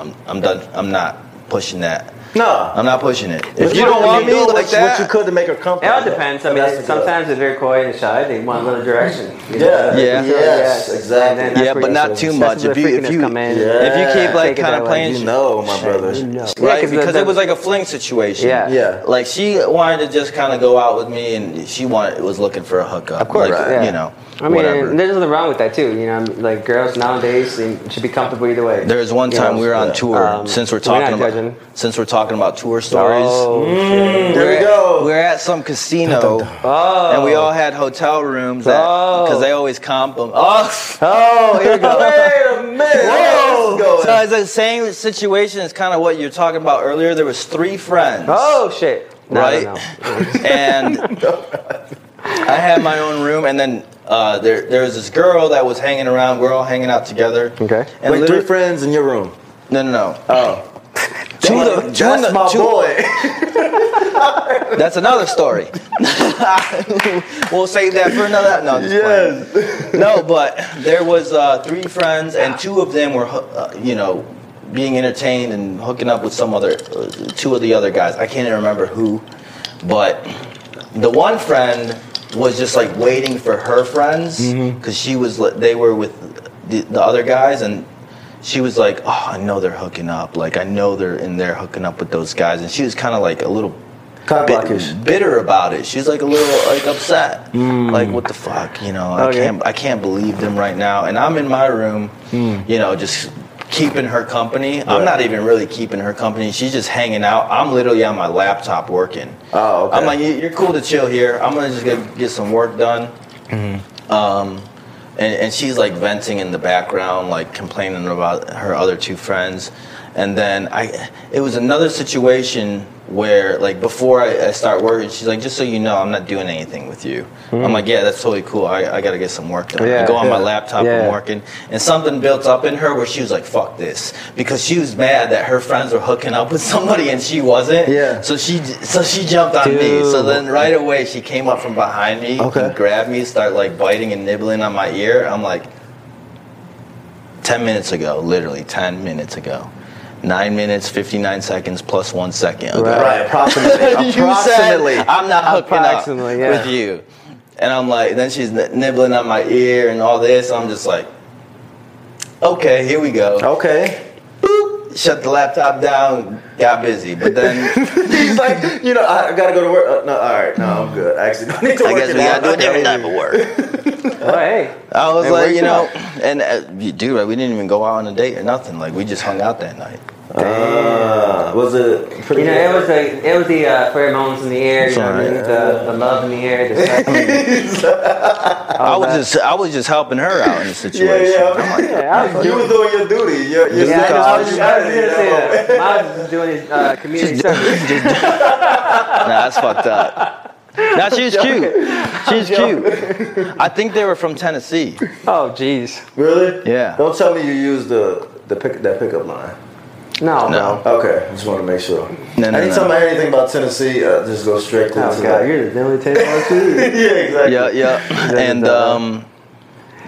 Speaker 1: I'm I'm done I'm not pushing that.
Speaker 2: No.
Speaker 1: I'm not pushing it. If
Speaker 2: But
Speaker 1: you don't
Speaker 2: what-
Speaker 1: want me
Speaker 2: doing
Speaker 1: like
Speaker 2: what, you-
Speaker 1: that,
Speaker 2: what you could to make her
Speaker 3: It
Speaker 2: comfortable.
Speaker 3: all depends. I mean,
Speaker 2: That's the goal.
Speaker 3: sometimes if they're coy and shy, they want a little direction. you
Speaker 2: Yeah.
Speaker 1: Yeah.
Speaker 2: Yes, exactly.
Speaker 3: And then that's
Speaker 1: Yeah,
Speaker 3: where
Speaker 1: but
Speaker 3: you-
Speaker 1: not too
Speaker 3: that's
Speaker 1: much.
Speaker 3: where
Speaker 1: If you- if
Speaker 3: freakiness
Speaker 1: you-
Speaker 3: come in.
Speaker 2: Yeah.
Speaker 1: if you keep like
Speaker 3: Take it
Speaker 1: kind
Speaker 3: that
Speaker 1: of
Speaker 3: way.
Speaker 1: playing
Speaker 2: You know, my brother.
Speaker 3: You know.
Speaker 1: Right,
Speaker 3: Yeah, 'cause the-
Speaker 1: because
Speaker 3: the-
Speaker 1: it was like a fling situation.
Speaker 3: Yeah.
Speaker 2: Yeah.
Speaker 1: Like she wanted to just kind of go out with me, and she wanted was looking for a hookup.
Speaker 3: Of course,
Speaker 1: like,
Speaker 3: yeah.
Speaker 1: you know,
Speaker 3: I mean,
Speaker 1: whatever.
Speaker 3: there's nothing wrong with that too. You know, I mean, like girls nowadays they should be comfortable either way.
Speaker 1: There was one
Speaker 3: You
Speaker 1: time
Speaker 3: know,
Speaker 1: we were on
Speaker 3: yeah.
Speaker 1: tour.
Speaker 3: Um,
Speaker 1: since we're
Speaker 3: not
Speaker 1: talking about
Speaker 3: judging.
Speaker 1: since we're talking about tour stories,
Speaker 3: Oh, shit.
Speaker 2: There we go.
Speaker 1: We're at some casino,
Speaker 3: Oh.
Speaker 1: and we all had hotel rooms because
Speaker 3: Oh.
Speaker 1: they always comp them. Oh.
Speaker 3: Oh, here we go.
Speaker 2: Wait a minute. Where is this going?
Speaker 1: So it's the same situation as kind of what you're talking about earlier. There was three friends.
Speaker 3: Oh shit. No,
Speaker 1: right?
Speaker 3: No, no.
Speaker 1: and I had my own room, and then uh, there there was this girl that was hanging around. We're all hanging out together.
Speaker 3: Okay.
Speaker 1: And
Speaker 2: Wait, three
Speaker 1: literally-
Speaker 2: friends in your room.
Speaker 1: No, no, no.
Speaker 2: Oh.
Speaker 1: Two of the- two of
Speaker 2: That's
Speaker 1: the-
Speaker 2: my
Speaker 1: two-
Speaker 2: boy.
Speaker 1: That's another story. we'll save that for another. No, I'm just playing. no, but there was uh, three friends, and two of them were, hoo- uh, you know, being entertained and hooking up with some other, uh, two of the other guys. I can't even remember who, but the one friend was just like waiting for her friends because she was, li- they were with the, the other guys, and she was like, oh, I know they're hooking up. Like I know they're in there hooking up with those guys, and she was kind of like a little
Speaker 2: Cock
Speaker 1: bit-
Speaker 2: blockish.
Speaker 1: bitter about it. She's like a little like upset. Like what the fuck, you know?
Speaker 3: Okay.
Speaker 1: I can't I can't believe them right now. And I'm in my room, you know, just keeping her company. I'm not even really keeping her company. She's just hanging out. I'm literally on my laptop working.
Speaker 2: Oh, okay.
Speaker 1: I'm like, "You- you're cool to chill here. I'm gonna just get get some work done.
Speaker 3: Mm-hmm.
Speaker 1: Um, and, and she's like venting in the background, like complaining about her other two friends. And then I, it was another situation where, like, before I, I start working, she's like, just so you know, I'm not doing anything with you. I'm like, yeah, that's totally cool. I, I got to get some work done.
Speaker 3: Hmm. Yeah,
Speaker 1: I go on my
Speaker 3: yeah.
Speaker 1: laptop,
Speaker 3: Yeah.
Speaker 1: I'm working. And something built up in her where she was like, fuck this. Because she was mad that her friends were hooking up with somebody and she wasn't.
Speaker 2: Yeah.
Speaker 1: So she, so she jumped on me. So
Speaker 3: Dude.
Speaker 1: then right away, she came up from behind me
Speaker 2: Okay.
Speaker 1: and grabbed me, started like biting and nibbling on my ear. I'm like, 10 minutes ago, literally 10 minutes ago. 9 minutes, 59 seconds, plus 1 second ago.
Speaker 3: Right.
Speaker 2: Right, approximately.
Speaker 1: You said,
Speaker 2: approximately.
Speaker 1: I'm not hooking up
Speaker 3: Approximately, yeah.
Speaker 1: with you. And I'm like, then she's n- nibbling on my ear and all this. I'm just like, okay, here we go.
Speaker 3: Oh.
Speaker 2: okay.
Speaker 1: Shut the laptop down, got busy. But then
Speaker 2: He's like, you know, I gotta go to work. Uh, no, all right, no, I'm good. I actually don't need to
Speaker 1: I
Speaker 2: work
Speaker 1: guess
Speaker 2: it
Speaker 1: we gotta
Speaker 2: out.
Speaker 1: do a different
Speaker 2: Okay.
Speaker 1: type of work.
Speaker 3: Oh, hey.
Speaker 1: I was
Speaker 3: It
Speaker 1: like,
Speaker 3: worked
Speaker 1: you know,
Speaker 3: out.
Speaker 1: and uh, you do right. We didn't even go out on a date or nothing. Like we just hung out that night.
Speaker 2: Uh, was it pretty
Speaker 3: You know,
Speaker 2: good?
Speaker 3: it was the it was the uh, fair moments in the air. You know, what I mean?
Speaker 1: It's
Speaker 3: the, the love in the air. The sex.
Speaker 1: I was
Speaker 3: Oh, that.
Speaker 1: just, I was just helping her out in the
Speaker 2: yeah,
Speaker 1: situation.
Speaker 2: yeah.
Speaker 3: yeah, I was,
Speaker 2: You were doing your duty. Your, your
Speaker 3: yeah, I,
Speaker 2: sacrifice
Speaker 3: was, I was just gonna
Speaker 2: you
Speaker 3: say
Speaker 2: made at that
Speaker 3: that. Miles was just doing his uh, community service.
Speaker 1: Nah, that's fucked up. Nah, she was cute. She was cute. I think they were from Tennessee.
Speaker 3: Oh, jeez.
Speaker 2: moment. Really?
Speaker 1: Yeah.
Speaker 2: Don't tell me you used the the pick that pickup line.
Speaker 3: No,
Speaker 1: No.
Speaker 3: bro.
Speaker 2: Okay, just want to make sure.
Speaker 1: No, no,
Speaker 2: Anytime
Speaker 1: no.
Speaker 2: I hear anything about Tennessee, uh, just go straight to
Speaker 3: Oh
Speaker 2: to
Speaker 3: god,
Speaker 2: that.
Speaker 3: you're the only taste I
Speaker 2: yeah,
Speaker 3: choose.
Speaker 2: exactly.
Speaker 1: Yeah, yeah. and um,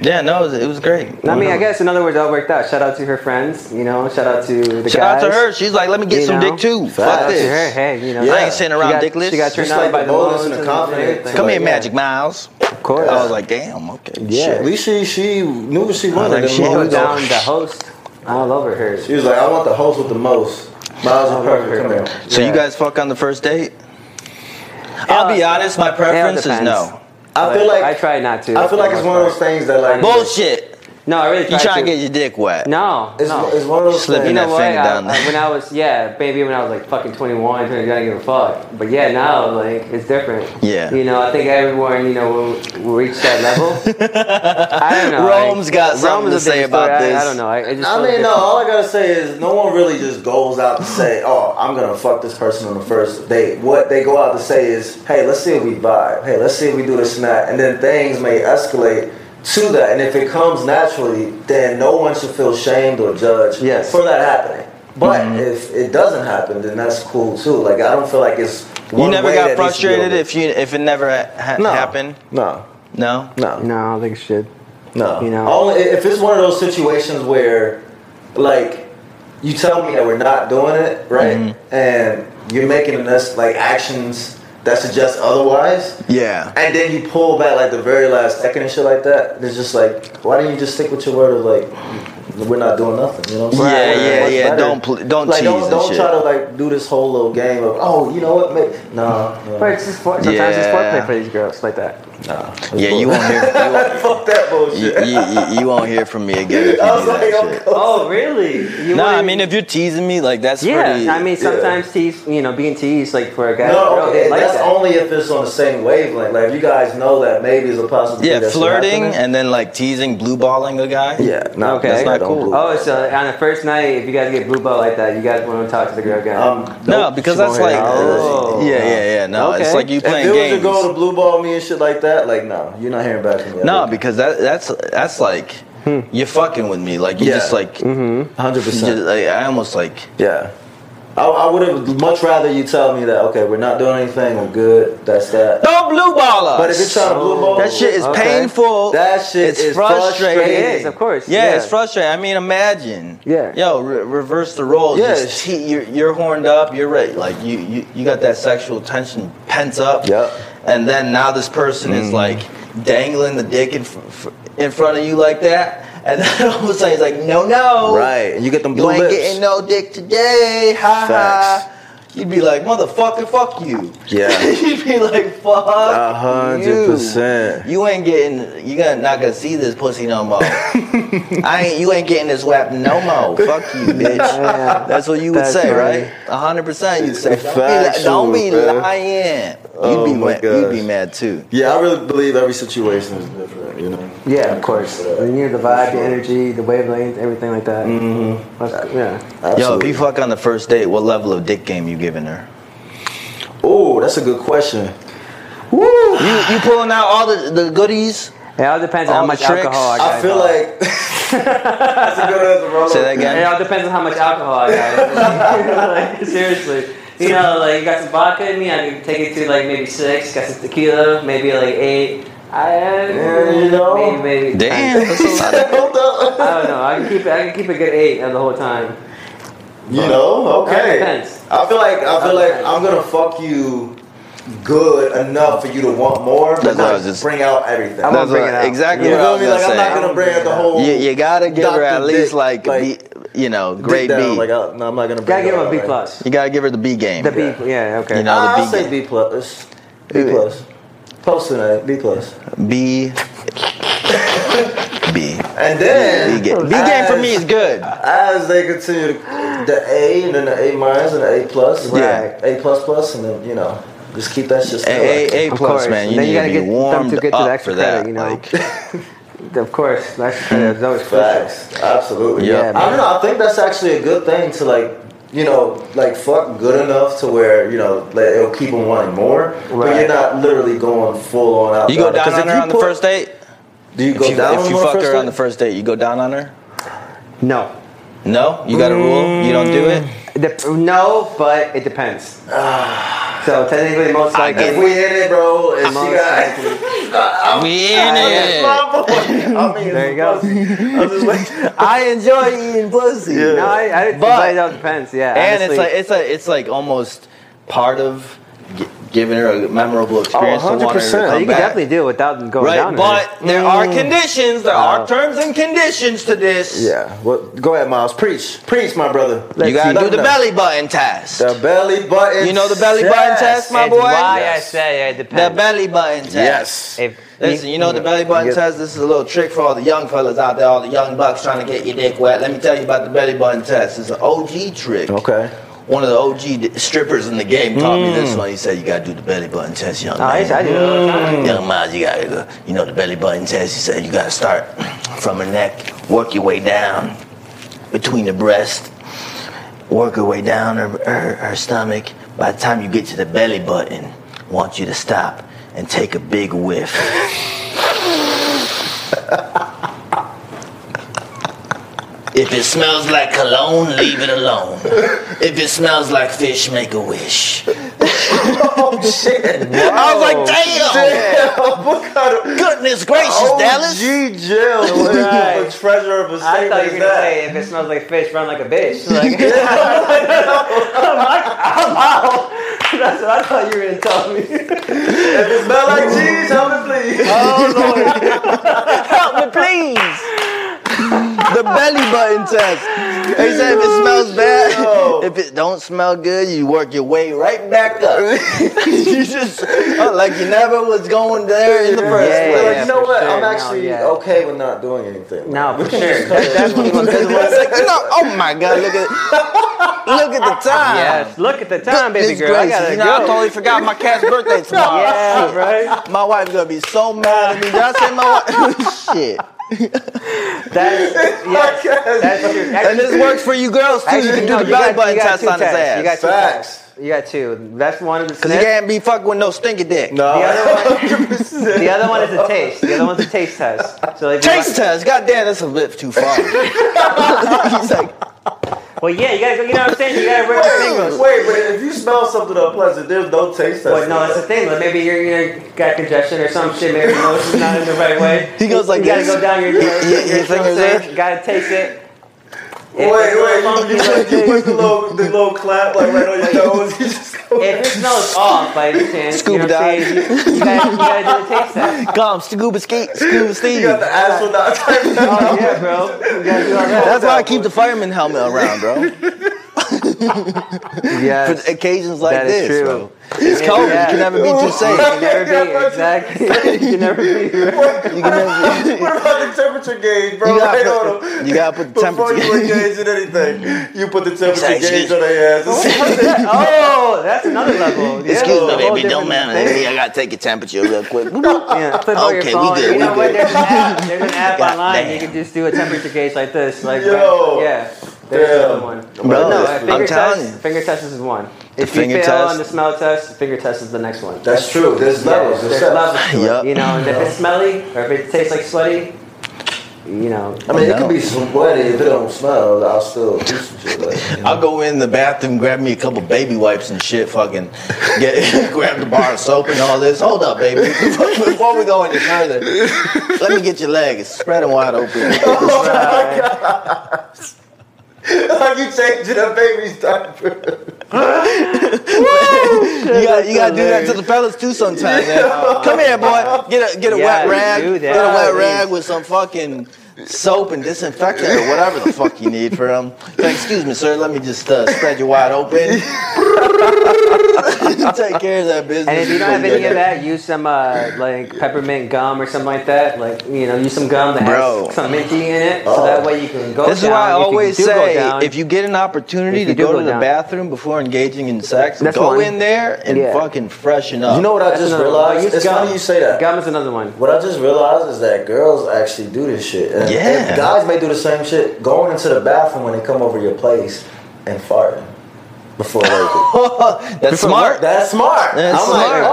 Speaker 1: yeah, no, it was, it was great.
Speaker 3: I mean, I guess in other words, it all worked out. Shout out to her friends, you know. Shout out to the guys.
Speaker 1: Shout out to her. She's like, let me get
Speaker 3: you
Speaker 1: some
Speaker 3: know.
Speaker 1: dick too.
Speaker 3: Shout
Speaker 1: Fuck
Speaker 3: out to her.
Speaker 1: this.
Speaker 3: Hey, you know,
Speaker 2: Yeah.
Speaker 1: I ain't sitting around
Speaker 3: she got,
Speaker 1: dickless.
Speaker 3: She got turned
Speaker 2: Just
Speaker 3: out
Speaker 2: like
Speaker 3: by
Speaker 2: the
Speaker 3: the
Speaker 2: boldness
Speaker 3: Ramones
Speaker 2: and the
Speaker 3: and
Speaker 2: confidence.
Speaker 3: everything.
Speaker 1: Come
Speaker 2: Like,
Speaker 1: here,
Speaker 3: Yeah.
Speaker 1: Magic Miles.
Speaker 3: Of course.
Speaker 1: I was like, damn, okay.
Speaker 3: Yeah.
Speaker 1: shit.
Speaker 2: At least she she knew what she
Speaker 1: like,
Speaker 2: wanted.
Speaker 1: she
Speaker 2: and
Speaker 1: held
Speaker 3: Go down
Speaker 2: wanted to-
Speaker 3: the host. all over her.
Speaker 2: She was like, I want the host with the most. Miles
Speaker 3: Oh,
Speaker 2: is perfect. Come here.
Speaker 1: So
Speaker 3: Yeah.
Speaker 1: you guys fuck on the first date? I'll be honest, my preference is
Speaker 3: depends.
Speaker 1: no.
Speaker 2: I feel like
Speaker 3: I try not to.
Speaker 2: I feel like it's one of those things that like
Speaker 1: Bullshit.
Speaker 3: No, I really
Speaker 1: You
Speaker 3: try
Speaker 1: trying to get your dick wet?
Speaker 3: No,
Speaker 2: It's,
Speaker 3: no.
Speaker 2: it's one of those
Speaker 1: Slipping
Speaker 2: things.
Speaker 3: you know
Speaker 1: that
Speaker 3: what?
Speaker 1: finger
Speaker 3: I-
Speaker 1: down
Speaker 3: I-
Speaker 1: there.
Speaker 3: when I was yeah, maybe when I was like fucking 21, 22, I didn't give a fuck. But yeah, now like it's different.
Speaker 1: Yeah.
Speaker 3: You know, I think everyone you know will, will reach that level. I don't know.
Speaker 1: Rome's
Speaker 3: like,
Speaker 1: got something
Speaker 3: Rome's
Speaker 1: to
Speaker 3: a
Speaker 1: say about
Speaker 3: different story. I-
Speaker 1: this.
Speaker 3: I, don't know. I, it just
Speaker 2: I
Speaker 3: feels
Speaker 2: mean, no.
Speaker 3: different.
Speaker 2: All I gotta say is, no one really just goes out to say, "Oh, I'm gonna fuck this person on the first date." What they go out to say is, "Hey, let's see if we vibe. Hey, let's see if we do this and that." And then things may escalate to that. And if it comes naturally, then no one should feel shamed or judged
Speaker 3: Yes.
Speaker 2: for that happening. But
Speaker 1: Mm-hmm.
Speaker 2: if it doesn't happen, then that's cool too. Like I don't feel like it's
Speaker 1: You
Speaker 2: one
Speaker 1: never
Speaker 2: way
Speaker 1: got
Speaker 2: that needs to be
Speaker 1: frustrated
Speaker 2: over.
Speaker 1: if you if it never ha- ha-
Speaker 2: no,
Speaker 1: happened?
Speaker 2: No,
Speaker 1: No.
Speaker 2: no,
Speaker 3: No, I don't think it should.
Speaker 2: No,
Speaker 3: You know?
Speaker 2: Only if it's one of those situations where, like, you tell me that we're not doing it right,
Speaker 1: Mm-hmm.
Speaker 2: and you're making us like actions that suggest otherwise,
Speaker 1: Yeah.
Speaker 2: and then you pull back like the very last second and shit like that. It's just like, why didn't you just stick with your word of like, we're not doing nothing? You know? What I'm saying?
Speaker 1: Yeah, yeah,
Speaker 2: What's
Speaker 1: yeah.
Speaker 2: better?
Speaker 1: Don't pl- don't
Speaker 2: like,
Speaker 1: tease
Speaker 2: don't,
Speaker 1: and
Speaker 2: don't
Speaker 1: shit.
Speaker 2: try to like do this whole little game of oh, you know what? Make, no, no,
Speaker 3: But it's just for, sometimes it's
Speaker 1: Yeah.
Speaker 3: foreplay for these girls like that.
Speaker 2: no.
Speaker 1: Yeah, you won't hear you won't,
Speaker 2: fuck that bullshit.
Speaker 1: you, you- you- you won't hear from me again if you
Speaker 2: I
Speaker 1: do
Speaker 2: was like,
Speaker 1: that
Speaker 2: I'm
Speaker 1: shit.
Speaker 2: cool.
Speaker 3: Oh, really? You
Speaker 1: No, I
Speaker 3: wouldn't-
Speaker 1: mean if you're teasing me, like that's
Speaker 3: yeah.
Speaker 1: pretty.
Speaker 3: I mean,
Speaker 2: yeah.
Speaker 3: sometimes tease, you know, being teased like for a guy,
Speaker 2: No,
Speaker 3: girl,
Speaker 2: okay,
Speaker 3: they like
Speaker 2: that's
Speaker 3: that.
Speaker 2: only if it's on the same wavelength. Like, if you guys know that maybe it's a possibility.
Speaker 1: yeah,
Speaker 2: that's
Speaker 1: flirting
Speaker 2: happening.
Speaker 1: and then like teasing, blue balling a guy.
Speaker 2: yeah, no,
Speaker 3: Okay.
Speaker 2: that's not
Speaker 1: Don't
Speaker 2: cool.
Speaker 1: blue-
Speaker 3: Oh, so on the first night, if you guys get blue ball like that, you guys want to talk to the girl again.
Speaker 2: Um,
Speaker 1: No,
Speaker 2: nope,
Speaker 1: because
Speaker 2: she
Speaker 1: that's
Speaker 2: won't
Speaker 1: like,
Speaker 2: hear that.
Speaker 3: Oh.
Speaker 1: yeah, yeah, yeah. No, it's
Speaker 3: Okay.
Speaker 1: like you
Speaker 2: if
Speaker 1: playing
Speaker 2: it was
Speaker 1: games.
Speaker 2: a girl to blue ball me and shit like that, like no, you're not hearing back from me.
Speaker 1: No, because that that's that's like you're fucking with me. Like you
Speaker 2: Hmm. Yeah. Mm-hmm.
Speaker 1: just like,
Speaker 2: hundred
Speaker 1: you just, like I almost like
Speaker 2: Yeah, I, I would have much rather you tell me that. Okay, we're not doing anything. We're good. That's that.
Speaker 1: no blue baller.
Speaker 2: But if you're trying to blue ball,
Speaker 1: that shit is
Speaker 3: Okay.
Speaker 1: painful.
Speaker 2: That shit
Speaker 1: it's
Speaker 2: is
Speaker 1: frustrating.
Speaker 2: frustrating.
Speaker 3: It is, of course,
Speaker 1: Yeah,
Speaker 3: yeah.
Speaker 1: it's frustrating. I mean, imagine.
Speaker 3: Yeah.
Speaker 1: Yo, re- reverse the roles.
Speaker 2: Yeah,
Speaker 1: Just
Speaker 2: it's-
Speaker 1: te- you're, you're horned up. You're ready. Like you, you, you got that sexual tension pent up.
Speaker 2: Yep.
Speaker 1: And then now this person
Speaker 3: Mm.
Speaker 1: is like dangling the dick in, fr- fr- in front of you like that. And then all of a sudden he's like, no, no.
Speaker 2: Right, and you get them
Speaker 1: You
Speaker 2: blue
Speaker 1: ain't
Speaker 2: lips.
Speaker 1: getting no dick today. Ha
Speaker 2: Facts.
Speaker 1: ha. You'd be like, motherfucker, fuck you.
Speaker 2: Yeah.
Speaker 1: You'd be like, fuck.
Speaker 2: A hundred
Speaker 1: you.
Speaker 2: percent.
Speaker 1: You ain't getting. You gonna not gonna see this pussy no more. I ain't. You ain't getting this whap no more. Fuck you, bitch.
Speaker 3: Yeah.
Speaker 1: That's what you would
Speaker 3: That's
Speaker 1: say,
Speaker 3: right.
Speaker 1: right? A hundred percent. You'd say, don't be, li-
Speaker 2: Factual,
Speaker 1: don't be
Speaker 2: bro.
Speaker 1: lying. You'd
Speaker 2: Oh
Speaker 1: be
Speaker 2: my
Speaker 1: mad. You'd be
Speaker 2: gosh.
Speaker 1: mad too.
Speaker 2: Yeah, I really believe every situation is different. You know.
Speaker 3: yeah, of course. You need the vibe, the energy, the wavelength, everything like that. Mm-hmm. yeah.
Speaker 1: Yo, if
Speaker 2: Absolutely.
Speaker 1: you fuck on the first date, what level of dick game you giving her?
Speaker 2: Oh, that's a good question.
Speaker 3: Woo!
Speaker 1: You you pulling out all the, the goodies?
Speaker 3: It all depends on
Speaker 1: All
Speaker 3: how
Speaker 1: the
Speaker 3: much
Speaker 1: tricks.
Speaker 3: alcohol I got.
Speaker 2: I feel
Speaker 3: involved.
Speaker 2: like that's a good answer, bro.
Speaker 1: Say that again.
Speaker 3: It all depends on how much alcohol I got. like, seriously. You know, like you got some vodka in me, I can take it to like maybe six. Got some tequila, maybe like eight. I
Speaker 2: you know.
Speaker 3: maybe maybe.
Speaker 1: Damn, that's a lot. Of,
Speaker 2: Hold up.
Speaker 3: I don't know. I can keep it. I can keep a good eight the whole time.
Speaker 2: You know,
Speaker 3: That
Speaker 2: okay.
Speaker 3: depends.
Speaker 2: I feel like I feel like
Speaker 3: Okay.
Speaker 2: I'm gonna fuck you good enough for you to want more, but
Speaker 1: That's what I
Speaker 2: not
Speaker 1: was just-
Speaker 2: bring out everything.
Speaker 3: I'm
Speaker 2: you
Speaker 3: gonna
Speaker 1: that's
Speaker 3: bring
Speaker 1: what-
Speaker 3: it out.
Speaker 1: exactly
Speaker 2: feel
Speaker 1: what I was
Speaker 2: me? Like
Speaker 1: gonna
Speaker 2: I'm
Speaker 1: say.
Speaker 2: not gonna bring out the whole.
Speaker 1: you, you gotta give her
Speaker 2: Dr.
Speaker 1: at least
Speaker 2: Dick,
Speaker 1: like,
Speaker 2: like,
Speaker 1: B, you know grade
Speaker 2: dick down.
Speaker 1: B.
Speaker 2: Like I, no, I'm not gonna. Bring
Speaker 3: Gotta give
Speaker 2: it
Speaker 3: him
Speaker 2: out,
Speaker 3: a B
Speaker 2: like-
Speaker 3: plus.
Speaker 1: you gotta give her the B game.
Speaker 3: The B, yeah, okay.
Speaker 1: You know, the
Speaker 2: I'll
Speaker 1: B
Speaker 2: say
Speaker 1: game.
Speaker 2: B plus. B plus. Close to that. B plus.
Speaker 1: B. B.
Speaker 2: And then
Speaker 1: B game. B game for me is good.
Speaker 2: As they continue to, the A and then the A minus and the A plus,
Speaker 1: Yeah.
Speaker 2: right? A plus plus, and then you know, just keep that shit.
Speaker 1: A,
Speaker 2: still.
Speaker 1: A, A
Speaker 3: Of
Speaker 1: plus,
Speaker 3: course.
Speaker 1: man. You
Speaker 3: Then
Speaker 1: need to
Speaker 3: you gotta
Speaker 1: be
Speaker 3: get them to
Speaker 1: warmed
Speaker 3: get to the
Speaker 1: up
Speaker 3: extra
Speaker 1: for that.
Speaker 3: credit, you know.
Speaker 1: Like,
Speaker 3: Of course, that's uh,
Speaker 1: Mm.
Speaker 3: that's always crucial.
Speaker 2: Facts. Absolutely.
Speaker 1: Yeah,
Speaker 2: I
Speaker 3: man.
Speaker 2: don't know. I think that's actually a good thing to like, you know, like fuck good enough to where you know like, it'll keep them wanting more, but
Speaker 3: Right.
Speaker 2: you're not literally going full on out.
Speaker 1: Uh, you go
Speaker 2: about it.
Speaker 1: down
Speaker 2: 'Cause
Speaker 1: on
Speaker 2: if
Speaker 1: her
Speaker 2: you
Speaker 1: on the
Speaker 2: put-
Speaker 1: first date.
Speaker 2: Do you go
Speaker 1: If you,
Speaker 2: down
Speaker 1: if you
Speaker 2: on the
Speaker 1: fuck
Speaker 2: first
Speaker 1: her on
Speaker 2: date?
Speaker 1: the first date, you go down on her.
Speaker 3: No,
Speaker 1: No, you got a rule. You don't do it.
Speaker 3: Dep- no, but it depends.
Speaker 1: Ah.
Speaker 3: so technically, most likely,
Speaker 2: If we in it, bro, and she
Speaker 3: most
Speaker 2: got.
Speaker 3: likely.
Speaker 1: We in it.
Speaker 2: I mean,
Speaker 3: There you go.
Speaker 2: I was just like,
Speaker 3: I enjoy eating pussy.
Speaker 2: Yeah.
Speaker 3: No, I, I, but,
Speaker 1: But-
Speaker 3: it all depends. Yeah,
Speaker 1: And it's
Speaker 3: honestly.
Speaker 1: like it's a it's like almost part of gi- giving her a memorable experience. to want her to
Speaker 2: 100%.
Speaker 1: come
Speaker 3: Oh, you
Speaker 1: back.
Speaker 3: can definitely do it without going down. Mm.
Speaker 1: Right,
Speaker 3: in
Speaker 1: but
Speaker 3: it.
Speaker 1: there are conditions. There
Speaker 3: Oh.
Speaker 1: are terms and conditions to this.
Speaker 2: yeah. Well, go ahead, Miles. Preach, preach, my brother.
Speaker 1: You gotta
Speaker 2: Let
Speaker 1: do the
Speaker 2: them know.
Speaker 1: belly button test.
Speaker 2: The belly button.
Speaker 1: You know the belly button test, my
Speaker 3: It's
Speaker 1: boy?
Speaker 3: why I
Speaker 1: Yes.
Speaker 3: say uh, it
Speaker 1: The
Speaker 3: depends.
Speaker 1: belly button test.
Speaker 2: Yes.
Speaker 3: If
Speaker 1: Listen, you know the belly button
Speaker 2: Yep.
Speaker 1: test. This is a little trick for all the young fellas out there, all the young bucks trying to get your dick wet. Let me tell you about the belly button test. It's an OG trick.
Speaker 2: Okay.
Speaker 1: One of the OG d- strippers in the game taught me
Speaker 3: Mm.
Speaker 1: this one. He said, "You gotta do the belly button test, young
Speaker 3: Oh, I,
Speaker 1: man. Mm.
Speaker 3: I do it all the time.
Speaker 1: Young Miles, you gotta go. You know the belly button test. He said you gotta start from her neck, work your way down between the breast, work your way down her, her, her stomach. By the time you get to the belly button, want you to stop and take a big whiff. if it smells like cologne, leave it alone. If it smells like fish, make a wish.
Speaker 2: Oh shit!
Speaker 1: I was like, damn!
Speaker 2: Damn, what kind of
Speaker 1: Goodness gracious, Dallas!
Speaker 2: OG jail? What
Speaker 3: Right.
Speaker 2: the treasure of a statement
Speaker 3: I thought you were
Speaker 2: is
Speaker 3: gonna
Speaker 2: that?
Speaker 3: say if it smells like fish, run like a bitch. Like, I'm like, I'm out. That's what I thought you were gonna tell me.
Speaker 2: If it smell like cheese, help me please.
Speaker 3: Oh,
Speaker 1: Help me, please. the belly button test. He said if it smells bad,
Speaker 2: No.
Speaker 1: if it don't smell good, you work your way right back up. you just oh, like you never was going there in the first
Speaker 3: Yeah,
Speaker 1: place.
Speaker 2: like,
Speaker 3: yeah,
Speaker 2: you know
Speaker 3: for
Speaker 2: what?
Speaker 3: sure.
Speaker 2: I'm
Speaker 3: No,
Speaker 2: actually
Speaker 3: yeah.
Speaker 2: okay with not doing anything.
Speaker 3: No,
Speaker 2: We
Speaker 3: for
Speaker 2: can
Speaker 3: sure.
Speaker 2: just cut
Speaker 3: That- that's
Speaker 2: it.
Speaker 3: one of those
Speaker 1: It's like, you know, oh my god, look at look at the time.
Speaker 3: Yes, look at the time, baby
Speaker 1: Goodness
Speaker 3: girl. I
Speaker 1: gracious,
Speaker 3: gotta
Speaker 1: you know, I
Speaker 3: go.
Speaker 1: totally forgot my cat's birthday tomorrow.
Speaker 3: yeah, right.
Speaker 1: My wife's gonna be so mad at me. Did I say my wife? Shit.
Speaker 3: That's yes, that's true.
Speaker 1: And this works for you girls too. you
Speaker 3: Actually,
Speaker 1: can
Speaker 3: no,
Speaker 1: do the
Speaker 3: you got-
Speaker 1: belly button
Speaker 3: you got
Speaker 1: test
Speaker 3: two
Speaker 1: on his
Speaker 3: tests.
Speaker 1: ass.
Speaker 3: You got two
Speaker 2: Facts.
Speaker 3: tests. You got two. That's one of the
Speaker 1: Cause you
Speaker 3: sniff.
Speaker 1: can't be fucked with no stinky dick.
Speaker 2: No.
Speaker 3: The other one, the other one is a taste. The other one's a taste test. So like, you
Speaker 1: Taste test. God damn, that's a bit too far. He's like,
Speaker 3: want- well, yeah, you gotta, go- you know what I'm saying? You gotta work your fingers.
Speaker 2: Wait, but if you smell something unpleasant, there's no taste test.
Speaker 3: But no, that's the thing. Like maybe you're, you're got congestion or some shit. Maybe your nose is not in the right way.
Speaker 1: He goes like
Speaker 3: you
Speaker 1: this.
Speaker 3: gotta go down your your,
Speaker 1: Yeah,
Speaker 3: your,
Speaker 1: yeah, his
Speaker 3: throat
Speaker 1: fingers
Speaker 3: there.
Speaker 1: there.
Speaker 3: Gotta taste it.
Speaker 2: wait, wait, you, you, you, put the little, the little clap like right on your nose. You just go.
Speaker 3: If it smells off by any chance,
Speaker 1: Scuba
Speaker 3: you know what I'm saying? You, you, gotta, you gotta do the taste test.
Speaker 1: come, scuba ski, scuba
Speaker 2: You
Speaker 1: Steve.
Speaker 2: got the astronaut type.
Speaker 3: Oh yeah, bro. You gotta do all that.
Speaker 1: That's why I keep the fireman helmet around, bro.
Speaker 3: Yes.
Speaker 1: For occasions like
Speaker 3: That
Speaker 1: this,
Speaker 3: is true.
Speaker 1: bro. It's cold.
Speaker 3: Yeah.
Speaker 1: You can never be too
Speaker 3: You
Speaker 1: safe.
Speaker 3: can never be exactly. You can never be.
Speaker 1: You, can never,
Speaker 2: What about the temperature gauge, bro?
Speaker 1: you,
Speaker 2: Right
Speaker 1: gotta
Speaker 2: on
Speaker 1: put,
Speaker 2: them.
Speaker 1: you gotta put the
Speaker 2: Before
Speaker 1: temperature.
Speaker 2: you engage in anything, you put the temperature
Speaker 1: Excuse-
Speaker 2: gauge on their ass.
Speaker 3: Oh, that's another level. Yeah.
Speaker 1: Excuse
Speaker 3: A
Speaker 1: me,
Speaker 3: whole
Speaker 1: baby. Don't
Speaker 3: different
Speaker 1: matter.
Speaker 3: thing.
Speaker 1: I gotta take your temperature real quick. God
Speaker 3: Yeah, flip out your
Speaker 1: Okay, we
Speaker 3: phone.
Speaker 1: good,
Speaker 3: You
Speaker 1: we
Speaker 3: know what?
Speaker 1: good.
Speaker 3: There's an app. There's an app
Speaker 1: God
Speaker 3: online. You
Speaker 1: damn.
Speaker 3: can just do a temperature gauge like this. Like,
Speaker 2: Yo.
Speaker 3: right- yeah. There's
Speaker 2: Damn.
Speaker 3: another one.
Speaker 1: Bro,
Speaker 3: no,
Speaker 1: I'm
Speaker 3: finger
Speaker 1: telling
Speaker 3: test.
Speaker 1: you.
Speaker 3: Finger test is one. If
Speaker 1: Finger
Speaker 3: you fail
Speaker 1: test.
Speaker 3: on the smell test, finger test is the next one.
Speaker 2: That's true. There's
Speaker 3: Yeah,
Speaker 2: levels.
Speaker 3: There's
Speaker 2: steps.
Speaker 3: levels to it,
Speaker 1: Yup.
Speaker 3: You know, and if it's smelly or if it tastes like sweaty, you know.
Speaker 2: I mean, it
Speaker 1: No.
Speaker 2: could be sweaty if it don't smell. I'll still do some shit like. You know?
Speaker 1: I'll go in the bathroom, grab me a couple baby wipes and shit, fucking get grab the bar of soap and all this. Hold up, baby. Before we go any further, let me get your legs. Spread them wide open.
Speaker 3: uh, Oh
Speaker 2: like you changing a baby's diaper.
Speaker 1: You gotta, you gotta do that to the fellas too sometimes, man. Come here, boy. Get a get a
Speaker 3: Yeah,
Speaker 1: wet rag.
Speaker 3: do that.
Speaker 1: Get a wet rag with some fucking soap and disinfectant or whatever the fuck you need for them. Excuse me, sir. Let me just uh, spread you wide open. Take care of that business.
Speaker 3: And if you don't have
Speaker 1: before
Speaker 3: any
Speaker 1: get
Speaker 3: of that, use some uh, like peppermint gum or something like that. Like you know, use some gum that
Speaker 1: Bro.
Speaker 3: has some minty in it, so
Speaker 2: Oh.
Speaker 3: that way you can go.
Speaker 1: This is
Speaker 3: down.
Speaker 1: why I
Speaker 3: If you
Speaker 1: always
Speaker 3: do go
Speaker 1: say
Speaker 3: down-
Speaker 1: if you get an opportunity
Speaker 3: If you
Speaker 1: to
Speaker 3: do
Speaker 1: go,
Speaker 3: go
Speaker 1: to the
Speaker 3: down.
Speaker 1: bathroom before engaging in sex,
Speaker 3: That's
Speaker 1: go
Speaker 3: one.
Speaker 1: in there and
Speaker 3: Yeah.
Speaker 1: fucking freshen up.
Speaker 2: You know what I
Speaker 3: That's
Speaker 2: just
Speaker 3: another one.
Speaker 2: realized?
Speaker 3: Use
Speaker 2: It's
Speaker 3: gum.
Speaker 2: funny you say that.
Speaker 3: Gum is another one.
Speaker 2: What I just realized is that girls actually do this shit. And, and
Speaker 1: Yeah.
Speaker 2: guys may do the same shit. Going into the bathroom when they come over your place and farting before they
Speaker 1: that's smart.
Speaker 2: That's smart.
Speaker 1: That's
Speaker 2: I'm
Speaker 1: smart.
Speaker 2: like,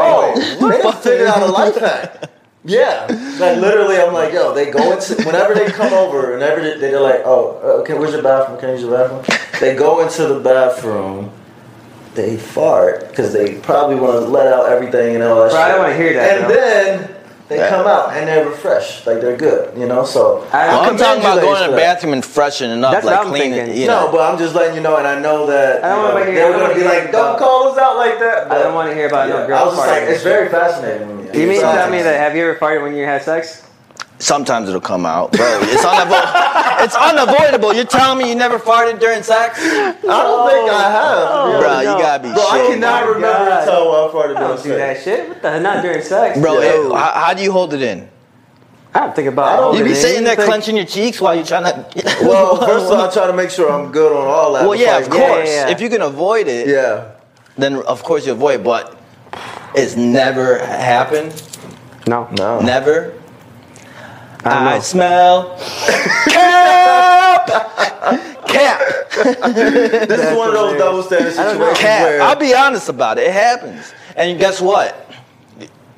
Speaker 2: oh, they done figured out a life hack. Yeah, like literally, I'm like, yo, they go into whenever they come over, whenever they, they're like, oh, uh, okay, where's your bathroom? Can I use your bathroom? They go into the bathroom, they fart because they probably want to let out everything and all that.
Speaker 3: Bro, I
Speaker 2: shit.
Speaker 3: don't wanna hear that,
Speaker 2: And
Speaker 3: bro.
Speaker 2: then they
Speaker 1: Yeah.
Speaker 2: come out and they're refreshed, like they're good, you know. So
Speaker 3: I-
Speaker 1: Well, I'm
Speaker 2: commend
Speaker 1: talking
Speaker 2: you
Speaker 1: about going
Speaker 2: ladies
Speaker 1: to
Speaker 2: for
Speaker 1: the
Speaker 2: that.
Speaker 1: bathroom and freshening up,
Speaker 3: That's
Speaker 1: like
Speaker 3: what I'm
Speaker 1: cleaning.
Speaker 3: thinking.
Speaker 1: You know.
Speaker 2: No, but I'm just letting you know, and I know that
Speaker 3: I don't
Speaker 2: you
Speaker 3: wanna hear-
Speaker 2: know,
Speaker 3: I
Speaker 2: they're
Speaker 3: don't
Speaker 2: gonna
Speaker 3: wanna
Speaker 2: be
Speaker 3: hear
Speaker 2: like, don't
Speaker 3: about-
Speaker 2: call us out like that.
Speaker 3: I don't want to hear about no girl
Speaker 2: I was just like,
Speaker 3: farting.
Speaker 2: it's very fascinating. to me.
Speaker 3: you mean
Speaker 2: It's
Speaker 3: to tell
Speaker 2: fascinating.
Speaker 3: me that have you ever farted when you had sex?
Speaker 1: Sometimes it'll come out, bro. It's unavoidable. it's unavoidable. You're telling me you never farted during sex,
Speaker 2: I don't think I have.
Speaker 1: bro?
Speaker 2: really.
Speaker 1: You
Speaker 3: no.
Speaker 1: gotta be
Speaker 2: Bro, I
Speaker 1: shitting
Speaker 2: cannot
Speaker 3: my
Speaker 2: remember
Speaker 3: God.
Speaker 2: a time where I farted
Speaker 3: I
Speaker 2: during
Speaker 3: Oh. don't do
Speaker 2: sex.
Speaker 3: that shit. What the not during sex,
Speaker 1: Bro,
Speaker 2: Yeah.
Speaker 1: it- how, how do you hold it in?
Speaker 3: I don't think about.
Speaker 2: I don't-
Speaker 3: all
Speaker 1: You be
Speaker 3: of it.
Speaker 1: sitting there
Speaker 3: Anything-
Speaker 1: clenching your cheeks while you're trying to.
Speaker 2: Well, first of all, I try to make sure I'm good on all that.
Speaker 1: well, yeah, of
Speaker 2: before I-
Speaker 1: course.
Speaker 3: yeah, yeah.
Speaker 1: If you can avoid it,
Speaker 2: Yeah.
Speaker 1: then of course you avoid. But it's never happened.
Speaker 3: No,
Speaker 2: No.
Speaker 1: Never.
Speaker 3: don't
Speaker 1: I,
Speaker 3: know.
Speaker 1: smell cap. Cap.
Speaker 2: This is
Speaker 3: That's
Speaker 2: one of those
Speaker 3: hilarious.
Speaker 2: double standard
Speaker 3: I don't
Speaker 2: situations
Speaker 3: know.
Speaker 1: Cap.
Speaker 2: where
Speaker 1: I'll be honest about it. It happens. And guess what?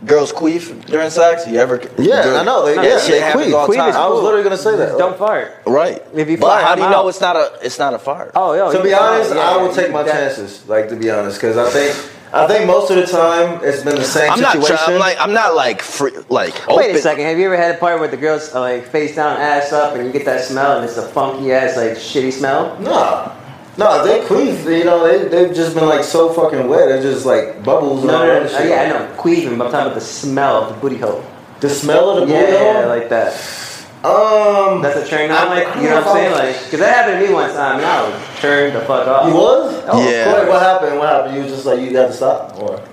Speaker 1: Girls queef during sex. You ever? girl-
Speaker 2: yeah, I know. They,
Speaker 3: No,
Speaker 2: yeah,
Speaker 3: that shit
Speaker 2: they
Speaker 1: happens
Speaker 2: queef.
Speaker 1: all the
Speaker 3: Queef is
Speaker 1: time.
Speaker 2: I was
Speaker 3: cool.
Speaker 2: literally gonna say that.
Speaker 3: don't fart.
Speaker 1: Right.
Speaker 3: If you
Speaker 1: but
Speaker 3: fart,
Speaker 1: how
Speaker 3: I'm
Speaker 1: do you
Speaker 3: out.
Speaker 1: know it's not a it's not a fart?
Speaker 3: Oh, yo.
Speaker 2: to
Speaker 3: you
Speaker 2: be
Speaker 3: know,
Speaker 2: honest,
Speaker 3: yeah,
Speaker 2: I will
Speaker 3: you
Speaker 2: take my
Speaker 3: that-
Speaker 2: chances. Like to be honest, because I think I think most of the time it's been the same
Speaker 1: I'm not.
Speaker 2: situation.
Speaker 1: Try, I'm like. I'm not like. Free, like.
Speaker 3: Wait a
Speaker 1: open.
Speaker 3: second. Have you ever had a party where the girls are like face down, ass up, and you get that smell, and it's a funky ass, like shitty smell?
Speaker 2: Nah. Nah, they queef, you know, they, they've just been like so fucking wet, they're just like bubbles
Speaker 3: No,
Speaker 2: and all
Speaker 3: no, no.
Speaker 2: that
Speaker 3: uh,
Speaker 2: shit.
Speaker 3: yeah, I know. Queefing, but I'm talking about the smell of the booty hole.
Speaker 2: The smell of the
Speaker 3: Yeah,
Speaker 2: booty
Speaker 3: yeah,
Speaker 2: hole?
Speaker 3: like that.
Speaker 2: um,
Speaker 3: That's a turn on,
Speaker 2: I-
Speaker 3: like you know what I'm saying, like because that happened to me one time, and I was turned the fuck off.
Speaker 2: You was?
Speaker 3: Oh, of
Speaker 1: Yeah.
Speaker 2: Wait,
Speaker 3: course.
Speaker 2: what happened? What happened? You was just like, you gotta stop? Or?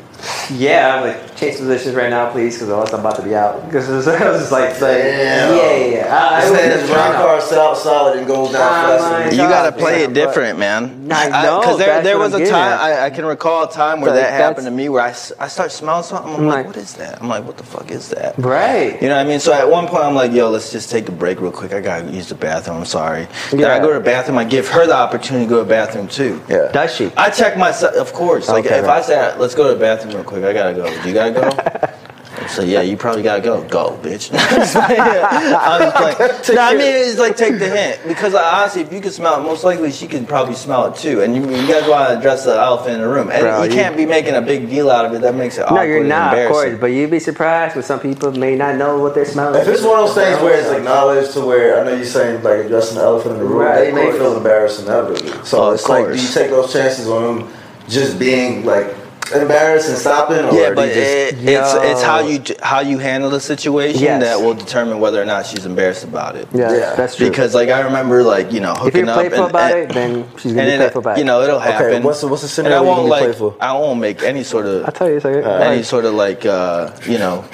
Speaker 3: Yeah, I'm like change positions right now, please, because else I'm about to be out. Because I was just like, like yeah,
Speaker 2: Damn.
Speaker 3: yeah, yeah. I,
Speaker 2: This
Speaker 3: I
Speaker 2: man
Speaker 3: was
Speaker 2: is rock hard sol- solid and goes down
Speaker 3: Ah,
Speaker 2: fast.
Speaker 1: You
Speaker 3: God,
Speaker 1: gotta play
Speaker 3: yeah,
Speaker 1: it
Speaker 3: but-
Speaker 1: different, man.
Speaker 3: I know,
Speaker 1: Because there,
Speaker 3: that's
Speaker 1: there
Speaker 3: what
Speaker 1: was
Speaker 3: I'm
Speaker 1: a
Speaker 3: getting
Speaker 1: time
Speaker 3: at.
Speaker 1: I, I can recall a time where
Speaker 3: Like,
Speaker 1: that happened to
Speaker 3: that's-
Speaker 1: me, where I, s- I start smelling something. I'm,
Speaker 3: I'm
Speaker 1: like,
Speaker 3: like-
Speaker 1: what is that? I'm like, what the fuck is that?
Speaker 3: right.
Speaker 1: You know what I mean? So at one point, I'm like, yo, let's just take a break real quick. I gotta use the bathroom. I'm sorry. Then I
Speaker 3: Yeah.
Speaker 1: go to the bathroom. I give her the opportunity to go to the bathroom too.
Speaker 2: Yeah.
Speaker 3: Does she?
Speaker 1: I check myself, of course. Like
Speaker 3: Okay,
Speaker 1: if I
Speaker 3: right.
Speaker 1: say, let's go to the bathroom real quick. I gotta go. You gotta go. So yeah, you probably gotta go. Go, bitch. I'm just playing. no, I mean it's like take the hint because I, honestly, if you could smell it, most likely she could probably smell it too. And you, you guys want to address the elephant in the room, and
Speaker 3: Bro,
Speaker 1: you
Speaker 3: you-
Speaker 1: can't be making a big deal out of it. That makes it awkward
Speaker 3: No, you're
Speaker 1: and
Speaker 3: not, of
Speaker 1: embarrassing.
Speaker 3: course. But you'd be surprised when some people may not know what they're smelling.
Speaker 2: If it's one of those things where it's acknowledged to where I know you're saying like addressing the elephant in the room,
Speaker 3: Right,
Speaker 2: they may
Speaker 3: of course.
Speaker 2: feel embarrassed inevitably. So
Speaker 1: Oh, of
Speaker 2: it's like, do
Speaker 1: course.
Speaker 2: you take those chances on them just being like embarrassed and stopping? Or
Speaker 1: Yeah,
Speaker 2: do
Speaker 1: but eh,
Speaker 2: you just,
Speaker 1: it, it's it's how
Speaker 3: Yo.
Speaker 1: you how you handle the situation
Speaker 3: Yes.
Speaker 1: that will determine whether or not she's embarrassed about it.
Speaker 3: yeah,
Speaker 2: Yeah.
Speaker 3: that's true.
Speaker 1: Because like I remember like you know
Speaker 3: if
Speaker 1: hooking
Speaker 3: you're
Speaker 1: up
Speaker 3: playful
Speaker 1: and-
Speaker 3: about
Speaker 1: and-
Speaker 3: it, then she's gonna
Speaker 1: and then,
Speaker 3: be playful about it.
Speaker 1: you know it'll happen.
Speaker 2: what's the- what's the
Speaker 1: And
Speaker 2: scenario
Speaker 1: I
Speaker 2: you
Speaker 1: won't
Speaker 2: can be
Speaker 1: like
Speaker 2: playful?
Speaker 1: I won't make any sort of
Speaker 3: I'll tell you a second.
Speaker 2: Alright.
Speaker 1: any sort of like uh, you know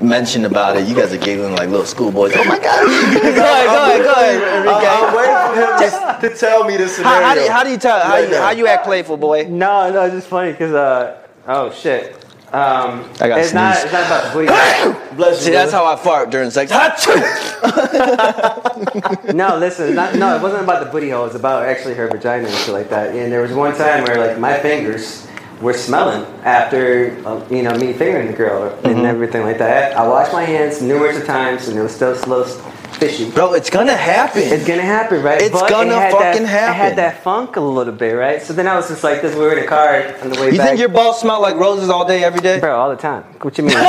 Speaker 1: mention about it. You guys are giggling like little schoolboys. Oh my god! go ahead, go ahead, go ahead.
Speaker 2: I,
Speaker 1: Enrique.
Speaker 2: I'm waiting for him to, to tell me this
Speaker 1: How,
Speaker 2: scenario.
Speaker 1: how, do you, how do you tell how
Speaker 2: Right
Speaker 1: you,
Speaker 2: now.
Speaker 1: how you act playful, boy?
Speaker 3: No, no, it's just funny because uh, oh shit. Um,
Speaker 1: I gotta
Speaker 3: it's not.
Speaker 1: sneeze.
Speaker 3: It's not about the booty. hole.
Speaker 2: Bless you.
Speaker 1: See, that's
Speaker 2: brother.
Speaker 1: how I fart during sex. Achoo!
Speaker 3: no, listen. it's Not, no, it wasn't about the booty hole. It's about actually her vagina and shit like that. And there was one time where like my fingers were smelling after uh, you know me fingering the girl and
Speaker 1: Mm-hmm.
Speaker 3: everything like that. I washed my hans numerous of times and it was still a little fishy.
Speaker 1: Bro, it's gonna happen.
Speaker 3: It's gonna happen, right?
Speaker 1: It's gonna
Speaker 3: it had
Speaker 1: fucking
Speaker 3: that,
Speaker 1: happen.
Speaker 3: I had that funk a little bit, right? So then I was just like this. We were in the car on the way
Speaker 1: you
Speaker 3: back.
Speaker 1: think your balls smell like roses all day, every day?
Speaker 3: Bro, all the time. What you mean? no,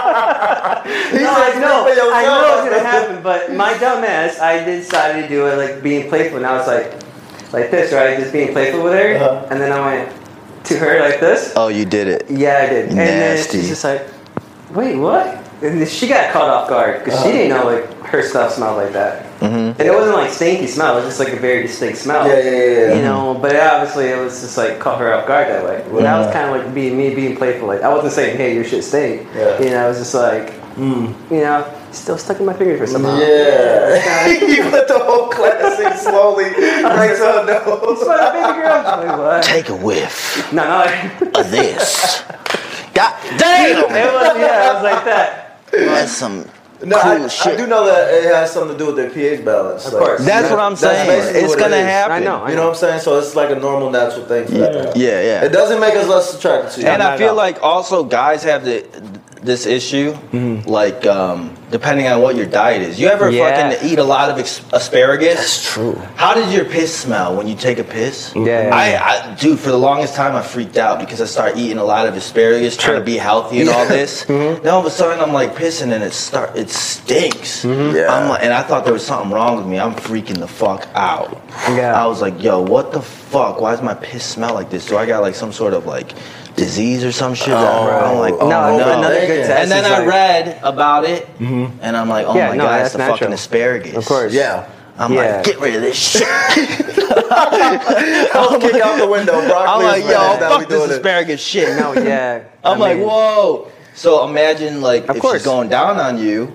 Speaker 2: He
Speaker 3: I
Speaker 2: said,
Speaker 3: know,
Speaker 2: "Smell for
Speaker 3: I know
Speaker 2: yourself."
Speaker 3: it's gonna happen, but my dumb ass, I decided to do it like being playful, and I was like, like this, right? Just being playful with her,
Speaker 2: Uh-huh.
Speaker 3: and then I went to her like this.
Speaker 1: Oh, you did it.
Speaker 3: Yeah, I did. And then
Speaker 1: Nasty.
Speaker 3: she's just like, wait, what? And then she got caught off guard because
Speaker 2: Uh-huh.
Speaker 3: she didn't know like her stuff smelled like that, mm-hmm. and it wasn't like stinky smell. It was just like a very distinct smell.
Speaker 2: Yeah, yeah, yeah, yeah.
Speaker 3: You know, but obviously it was just like caught her off guard that way. Well, that was kind of like being me being playful. Like I wasn't saying, hey, your shit stink.
Speaker 2: Yeah.
Speaker 3: You know, I was just like, "Hmm, you know, still stuck in my fingers for somehow.
Speaker 2: Yeah. he put the whole classic slowly right to her nose.
Speaker 3: It's my baby girl. I'm like, what?
Speaker 1: Take a whiff
Speaker 3: No, no.
Speaker 1: of this. God
Speaker 3: it
Speaker 1: damn!
Speaker 3: was yeah. I was like that.
Speaker 1: That's some
Speaker 2: No,
Speaker 1: cool
Speaker 2: I,
Speaker 1: shit.
Speaker 2: I do know that it has something to do with their pH balance. Of
Speaker 3: course.
Speaker 1: That's what I'm saying. It's gonna happen.
Speaker 3: I know.
Speaker 2: You know what I'm saying? So it's like a normal, natural thing for that. to happen.
Speaker 1: Yeah, yeah.
Speaker 2: It doesn't make us less attracted to you.
Speaker 1: and
Speaker 3: No,
Speaker 1: I
Speaker 3: not
Speaker 1: feel
Speaker 3: at all.
Speaker 1: like also guys have the this issue,
Speaker 2: Mm-hmm.
Speaker 1: like um, depending on what your diet is. You ever
Speaker 3: Yeah.
Speaker 1: fucking eat a lot of ex- asparagus?
Speaker 2: That's true.
Speaker 1: How does your piss smell when you take a piss?
Speaker 3: Yeah.
Speaker 1: I, I dude, for the longest time I freaked out because I started eating a lot of asparagus, trying to be healthy and all this.
Speaker 3: Mm-hmm.
Speaker 1: Now all of a sudden I'm like pissing and it start it stinks.
Speaker 3: Mm-hmm.
Speaker 2: Yeah.
Speaker 1: I'm like, and I thought there was something wrong with me. I'm freaking the fuck out.
Speaker 3: Yeah.
Speaker 1: I was like, yo, what the fuck? Why does my piss smell like this? Do I got like some sort of like disease or some shit? that I'm
Speaker 2: Oh,
Speaker 1: like,
Speaker 2: right.
Speaker 1: oh,
Speaker 3: No, another good test
Speaker 1: and then
Speaker 3: is
Speaker 1: I
Speaker 3: like- Mm-hmm.
Speaker 1: read about it, and I'm like, oh
Speaker 3: Yeah,
Speaker 1: my
Speaker 3: no,
Speaker 1: god,
Speaker 3: that's
Speaker 1: it's the fucking
Speaker 3: natural.
Speaker 1: asparagus.
Speaker 3: Of course.
Speaker 2: Yeah.
Speaker 1: I'm
Speaker 3: Yeah.
Speaker 1: like, get rid of this shit.
Speaker 2: I'll kick out the window, broccoli.
Speaker 1: I'm like,
Speaker 2: is
Speaker 1: yo,
Speaker 2: bad. Now we
Speaker 1: fuck this
Speaker 2: doing it.
Speaker 1: asparagus shit.
Speaker 3: No, yeah.
Speaker 1: I'm
Speaker 3: I
Speaker 1: like,
Speaker 3: mean,
Speaker 1: whoa. So imagine like
Speaker 3: Of
Speaker 1: if
Speaker 3: course.
Speaker 1: she's going down on you,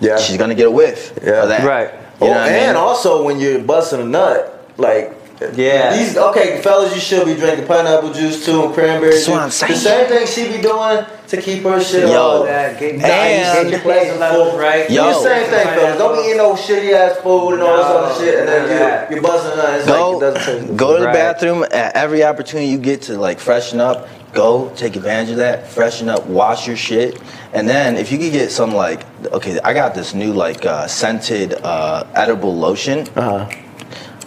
Speaker 2: Yeah.
Speaker 1: she's gonna get a whiff.
Speaker 2: Yeah.
Speaker 1: Of that.
Speaker 3: Right.
Speaker 1: You know
Speaker 2: oh,
Speaker 1: what I mean?
Speaker 2: and also when you're busting a nut, like
Speaker 3: Yeah.
Speaker 2: these okay, fellas, you should be drinking pineapple juice too and cranberry
Speaker 1: That's
Speaker 2: juice.
Speaker 1: what I'm
Speaker 2: The same
Speaker 1: saying.
Speaker 2: thing she be doing to keep her shit
Speaker 1: Yo,
Speaker 2: all
Speaker 3: Yeah, get,
Speaker 1: And-
Speaker 3: nice, get your place level right.
Speaker 1: Yo.
Speaker 2: Yo, the same thing, fellas. Don't be eating no shitty ass food and all this other shit, and then you you busting nut. It's
Speaker 1: Go,
Speaker 2: like it doesn't taste.
Speaker 1: go to the
Speaker 3: Right.
Speaker 1: bathroom at every opportunity you get to like freshen up. Go take advantage of that. Freshen up, wash your shit, and then if you could get some like, okay, I got this new like uh, scented uh, edible lotion.
Speaker 2: Uh-huh.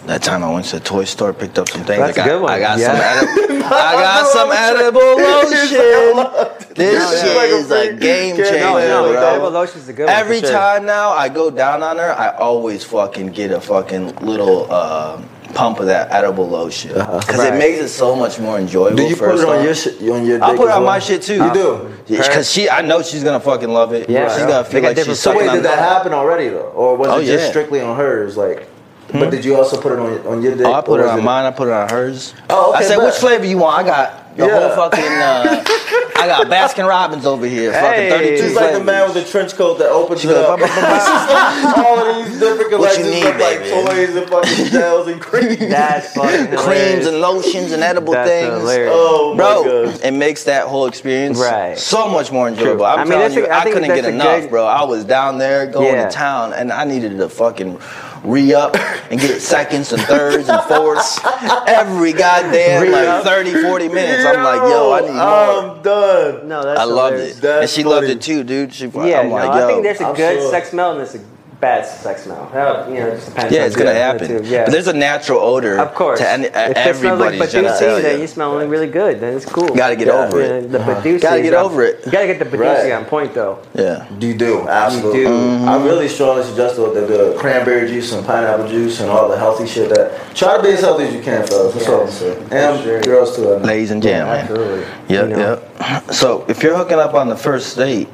Speaker 1: That time I went to the toy store, picked up some things.
Speaker 3: That's a
Speaker 1: I got,
Speaker 3: good one.
Speaker 1: I got
Speaker 3: Yeah.
Speaker 1: some. Edible, I got some edible lotion. This
Speaker 3: No,
Speaker 1: shit
Speaker 3: yeah.
Speaker 1: is a game changer,
Speaker 3: No,
Speaker 1: bro.
Speaker 3: no, Double Lotion's a good one. for
Speaker 1: Every
Speaker 3: sure.
Speaker 1: time now I go down on her, I always fucking get a fucking little um pump of that edible lotion because
Speaker 3: Uh-huh. Right.
Speaker 1: it makes it so much more enjoyable. first off.
Speaker 2: shit? On your?
Speaker 1: I
Speaker 2: dick
Speaker 1: put it
Speaker 2: as
Speaker 1: on
Speaker 2: well?
Speaker 1: my shit too.
Speaker 2: You do.
Speaker 1: because she, I know she's gonna fucking love it.
Speaker 3: Yeah.
Speaker 1: she's
Speaker 3: Right.
Speaker 1: gonna
Speaker 3: They
Speaker 1: feel
Speaker 3: got
Speaker 1: like
Speaker 3: different
Speaker 1: she's
Speaker 2: So
Speaker 1: sucking
Speaker 2: wait,
Speaker 1: on
Speaker 2: did that
Speaker 1: that.
Speaker 2: happen already though, or was
Speaker 1: Oh,
Speaker 2: it just
Speaker 1: yeah.
Speaker 2: strictly on hers? Like, but did you also put it on on your dick?
Speaker 1: Oh, I put
Speaker 2: or
Speaker 1: it
Speaker 2: was
Speaker 1: on mine. I put it on hers.
Speaker 2: Oh, okay,
Speaker 1: I said,
Speaker 2: bet.
Speaker 1: which flavor you want? I got the
Speaker 2: Yeah.
Speaker 1: whole fucking. Uh, I got Baskin Robbins over here.
Speaker 3: Hey.
Speaker 1: Fucking thirty-two
Speaker 2: She's like the
Speaker 1: flavors.
Speaker 2: man with the trench coat that opens
Speaker 1: She
Speaker 2: it
Speaker 1: goes,
Speaker 2: up.
Speaker 1: "Bah, bah,
Speaker 2: All of these different
Speaker 1: What you
Speaker 2: collections
Speaker 1: need,
Speaker 2: of like
Speaker 1: baby?
Speaker 2: toys and fucking gels and cream.
Speaker 3: That's fucking hilarious.
Speaker 1: creams and lotions and edible
Speaker 3: That's
Speaker 1: things.
Speaker 3: hilarious.
Speaker 2: Oh my
Speaker 1: bro,
Speaker 2: god.
Speaker 1: it makes that whole experience
Speaker 3: Right.
Speaker 1: so much more enjoyable. I'm
Speaker 3: I mean,
Speaker 1: telling
Speaker 3: that's a-
Speaker 1: you,
Speaker 3: I
Speaker 1: I,
Speaker 3: think
Speaker 1: couldn't
Speaker 3: that's
Speaker 1: get
Speaker 3: a
Speaker 1: enough,
Speaker 3: good-
Speaker 1: bro. I was down there going
Speaker 3: Yeah.
Speaker 1: to town, and I needed to fucking re up and get seconds and thirds and fourths every goddamn
Speaker 3: Re-up.
Speaker 1: like 30, 40 minutes. I'm like, yo, I need
Speaker 2: Oh,
Speaker 1: more.
Speaker 2: I'm done.
Speaker 3: No, that's
Speaker 1: I loved
Speaker 3: hilarious.
Speaker 1: it,
Speaker 2: That's
Speaker 1: and she loved
Speaker 2: funny.
Speaker 1: it too, dude. She,
Speaker 3: Yeah,
Speaker 1: I'm like,
Speaker 3: no,
Speaker 1: yo.
Speaker 3: I think there's a
Speaker 2: I'm
Speaker 3: good
Speaker 2: sure.
Speaker 3: sex smell and there's a bad sex smell. That, you know, it just depends.
Speaker 1: yeah,
Speaker 3: on
Speaker 1: it's gonna
Speaker 3: the- the
Speaker 1: happen.
Speaker 3: two, Yeah,
Speaker 1: But there's a natural odor
Speaker 3: of course.
Speaker 1: to any,
Speaker 3: if it smells like
Speaker 1: everybody's
Speaker 3: Badusi,
Speaker 1: genitalia.
Speaker 3: then you smell really good. Then it's cool.
Speaker 1: Gotta get
Speaker 2: Yeah.
Speaker 1: over
Speaker 3: Yeah,
Speaker 1: it.
Speaker 3: the Badusi
Speaker 1: Gotta
Speaker 3: is
Speaker 1: get
Speaker 3: on-
Speaker 1: over it.
Speaker 3: You gotta get the Badusi
Speaker 2: Right.
Speaker 3: on point though.
Speaker 1: Yeah.
Speaker 2: You do, absolutely.
Speaker 3: You do.
Speaker 1: Mm-hmm.
Speaker 2: I really strongly suggest the, the, the cranberry juice and pineapple juice and all the healthy shit. That try to be as healthy as you can, fellas. That's all I'm saying. And
Speaker 3: Sure.
Speaker 2: girls too. I know.
Speaker 1: Ladies and gentlemen.
Speaker 3: Absolutely.
Speaker 1: Yep,
Speaker 3: You know.
Speaker 1: yep. So if you're hooking up on the first date,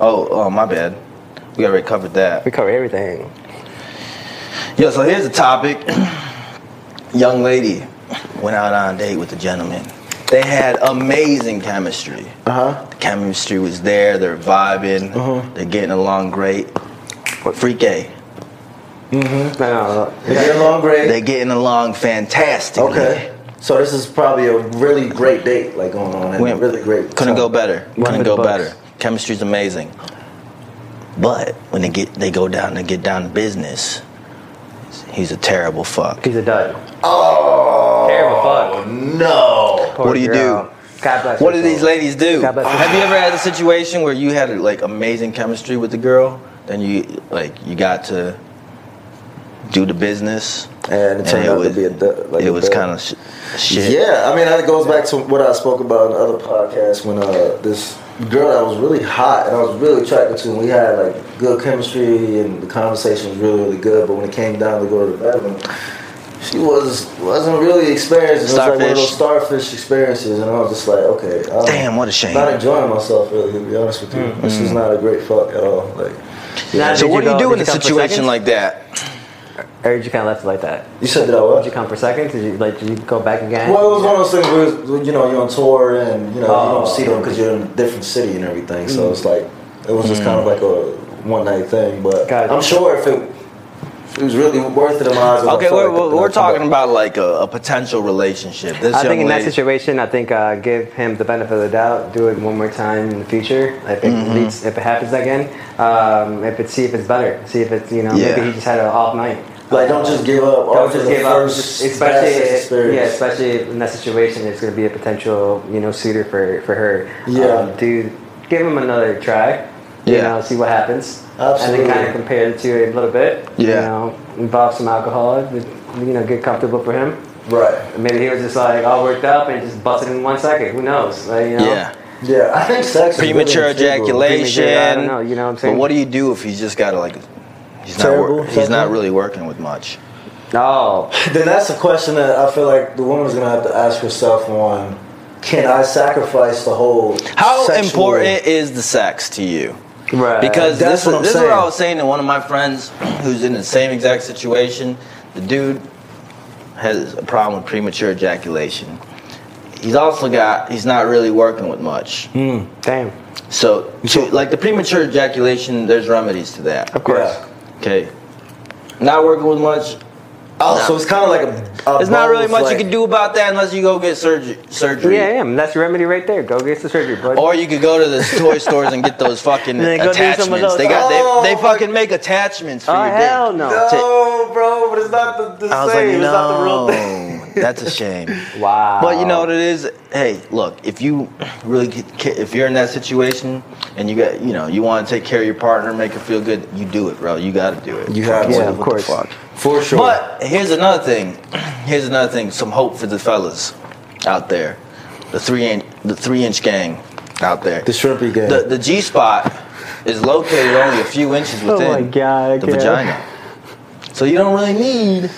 Speaker 1: oh, oh, my bad. We already covered that.
Speaker 3: We cover everything.
Speaker 1: Yo, so here's the topic. Young lady went out on a date with a gentleman. They had amazing chemistry.
Speaker 2: Uh huh.
Speaker 1: The chemistry was there. They're vibing.
Speaker 2: Uh-huh.
Speaker 1: They're getting along great. Freak A.
Speaker 3: Mm-hmm. No,
Speaker 2: They get along great.
Speaker 1: They're getting along fantastically.
Speaker 2: Okay. So this is probably a really great date, like going on. and
Speaker 1: Went-
Speaker 2: really great.
Speaker 1: Couldn't
Speaker 2: So-
Speaker 1: go better.
Speaker 3: One for
Speaker 1: couldn't
Speaker 3: the
Speaker 1: go
Speaker 3: books.
Speaker 1: better. Chemistry's amazing. But when they get they go down and get down to business, he's a terrible fuck.
Speaker 3: he's a dud.
Speaker 2: Oh.
Speaker 3: Terrible fuck.
Speaker 2: No.
Speaker 3: Poor
Speaker 1: What do you
Speaker 3: girl.
Speaker 1: do?
Speaker 3: God bless
Speaker 1: What
Speaker 3: her
Speaker 1: do these
Speaker 3: soul.
Speaker 1: ladies do?
Speaker 3: God bless you.
Speaker 1: Have you ever had a situation where you had like amazing chemistry with the girl, then you like you got to do the business,
Speaker 2: And it turned out to be a du- like
Speaker 1: it
Speaker 2: a
Speaker 1: was
Speaker 2: dud.
Speaker 1: kind of sh- shit.
Speaker 2: Yeah, I mean that goes back to what I spoke about in the other podcast when uh, this girl that was really hot and I was really attracted to, and we had like good chemistry and the conversation was really really good. But when it came down to go to the bathroom, she was wasn't really experienced. It was like one of those starfish experiences, and I was just like, okay, I'm
Speaker 1: Damn, what a shame. Mm-hmm.
Speaker 2: Not enjoying myself really. To be honest with you, this is not a great fuck at all. Like
Speaker 3: Now,
Speaker 1: So
Speaker 3: did
Speaker 1: what do you
Speaker 3: go-
Speaker 1: do in
Speaker 3: did
Speaker 1: a
Speaker 3: you come for
Speaker 1: situation
Speaker 3: seconds?
Speaker 1: like that?
Speaker 3: Or did you kind of left it like that?
Speaker 2: you said that I was.
Speaker 3: Did you come for seconds? Did you like? Did you go back again?
Speaker 2: Well, it was one of those things where you know you're on tour and you know you
Speaker 3: Oh.
Speaker 2: don't see them because you're in a different city and everything.
Speaker 1: Mm.
Speaker 2: So it's like it was just kind of like a one night thing. But
Speaker 3: Got it.
Speaker 2: I'm sure if it, if it was really worth it in my eyes. if I
Speaker 1: Okay,
Speaker 2: felt
Speaker 1: we're,
Speaker 2: like it,
Speaker 1: we're,
Speaker 2: then
Speaker 1: we're
Speaker 2: I'd come
Speaker 1: talking
Speaker 2: back.
Speaker 1: about like a, a potential relationship. This
Speaker 3: I think
Speaker 1: young
Speaker 3: in that
Speaker 1: lady-
Speaker 3: situation, I think uh, give him the benefit of the doubt. Do it one more time in the future. If it
Speaker 2: Mm-hmm.
Speaker 3: leads, if it happens again, um, if it see if it's better, see if it's you know
Speaker 1: Yeah.
Speaker 3: maybe he just had an off night.
Speaker 2: Like don't just give up.
Speaker 3: Don't
Speaker 2: Don't
Speaker 3: just
Speaker 2: the
Speaker 3: give up,
Speaker 2: first
Speaker 3: especially
Speaker 2: best experience.
Speaker 3: yeah, especially in that situation, it's going to be a potential you know suitor for for her.
Speaker 2: Yeah.
Speaker 3: um, do give them another try. You
Speaker 1: Yeah.
Speaker 3: know, see what happens. And
Speaker 2: Absolutely.
Speaker 3: then kind of compare the two a little bit.
Speaker 1: Yeah.
Speaker 3: You know, involve some alcohol. You know, get comfortable for him.
Speaker 2: Right.
Speaker 3: Maybe he was just like all worked up and just busted in one second. Who knows? Like, you know,
Speaker 1: Yeah.
Speaker 2: Yeah, I think sex is really
Speaker 1: Premature
Speaker 2: integral.
Speaker 1: ejaculation.
Speaker 3: Premature, I don't know, you know what I'm saying?
Speaker 1: But what do you do if he's just got to like? He's not.
Speaker 2: Terrible
Speaker 1: Wor- he's not
Speaker 2: second?
Speaker 1: really working with much.
Speaker 3: Oh,
Speaker 2: Then that's a question that I feel like the woman's gonna have to ask herself on. Can I sacrifice the whole?
Speaker 1: How
Speaker 2: sexual-
Speaker 1: important is the sex to you?
Speaker 3: right.
Speaker 1: Because
Speaker 2: That's
Speaker 1: this,
Speaker 2: what I'm
Speaker 1: this is what I
Speaker 2: saying.
Speaker 1: was saying to one of my friends who's in the same exact situation. The dude has a problem with premature ejaculation. He's also got, he's not really working with much.
Speaker 3: Hmm. damn,
Speaker 1: So, to, like the premature ejaculation, there's remedies to that.
Speaker 3: of course.
Speaker 2: Yeah.
Speaker 1: Okay. Not working with much.
Speaker 2: Oh, so it's kind of like a. a
Speaker 1: There's not
Speaker 2: bone
Speaker 1: really much you
Speaker 2: flex.
Speaker 1: can do about that unless you go get surgery. surgery.
Speaker 3: Yeah, yeah, that's your remedy right there. Go get the surgery, bud. Oh,
Speaker 1: Or you could go to the toy stores and get those fucking
Speaker 3: And then go do some of
Speaker 1: attachments. They
Speaker 3: those.
Speaker 1: got
Speaker 2: Oh,
Speaker 1: they, they
Speaker 2: my-
Speaker 1: fucking make attachments for
Speaker 3: oh
Speaker 1: your
Speaker 3: hell
Speaker 1: dick.
Speaker 3: no!
Speaker 2: No, oh, bro, but it's not the, the
Speaker 1: I was
Speaker 2: same.
Speaker 1: like,
Speaker 2: it's not the real thing.
Speaker 1: no, that's a shame.
Speaker 3: Wow.
Speaker 1: But you know what it is? Hey, look, if you really get, ca- if you're in that situation and you got you know you want to take care of your partner, make her feel good, you do it, bro. You got to do it.
Speaker 2: You
Speaker 1: What
Speaker 2: have to.
Speaker 1: the-
Speaker 3: Yeah, of
Speaker 1: what the
Speaker 3: course.
Speaker 1: fuck?
Speaker 2: For sure.
Speaker 1: But here's another thing. Here's another thing. Some hope for the fellas out there, the three inch the three inch gang out there.
Speaker 2: the shrimpy game.
Speaker 1: The, the G spot is located only a few inches
Speaker 3: Oh
Speaker 1: within
Speaker 3: my God, I
Speaker 1: the
Speaker 3: can't.
Speaker 1: vagina. So you don't really need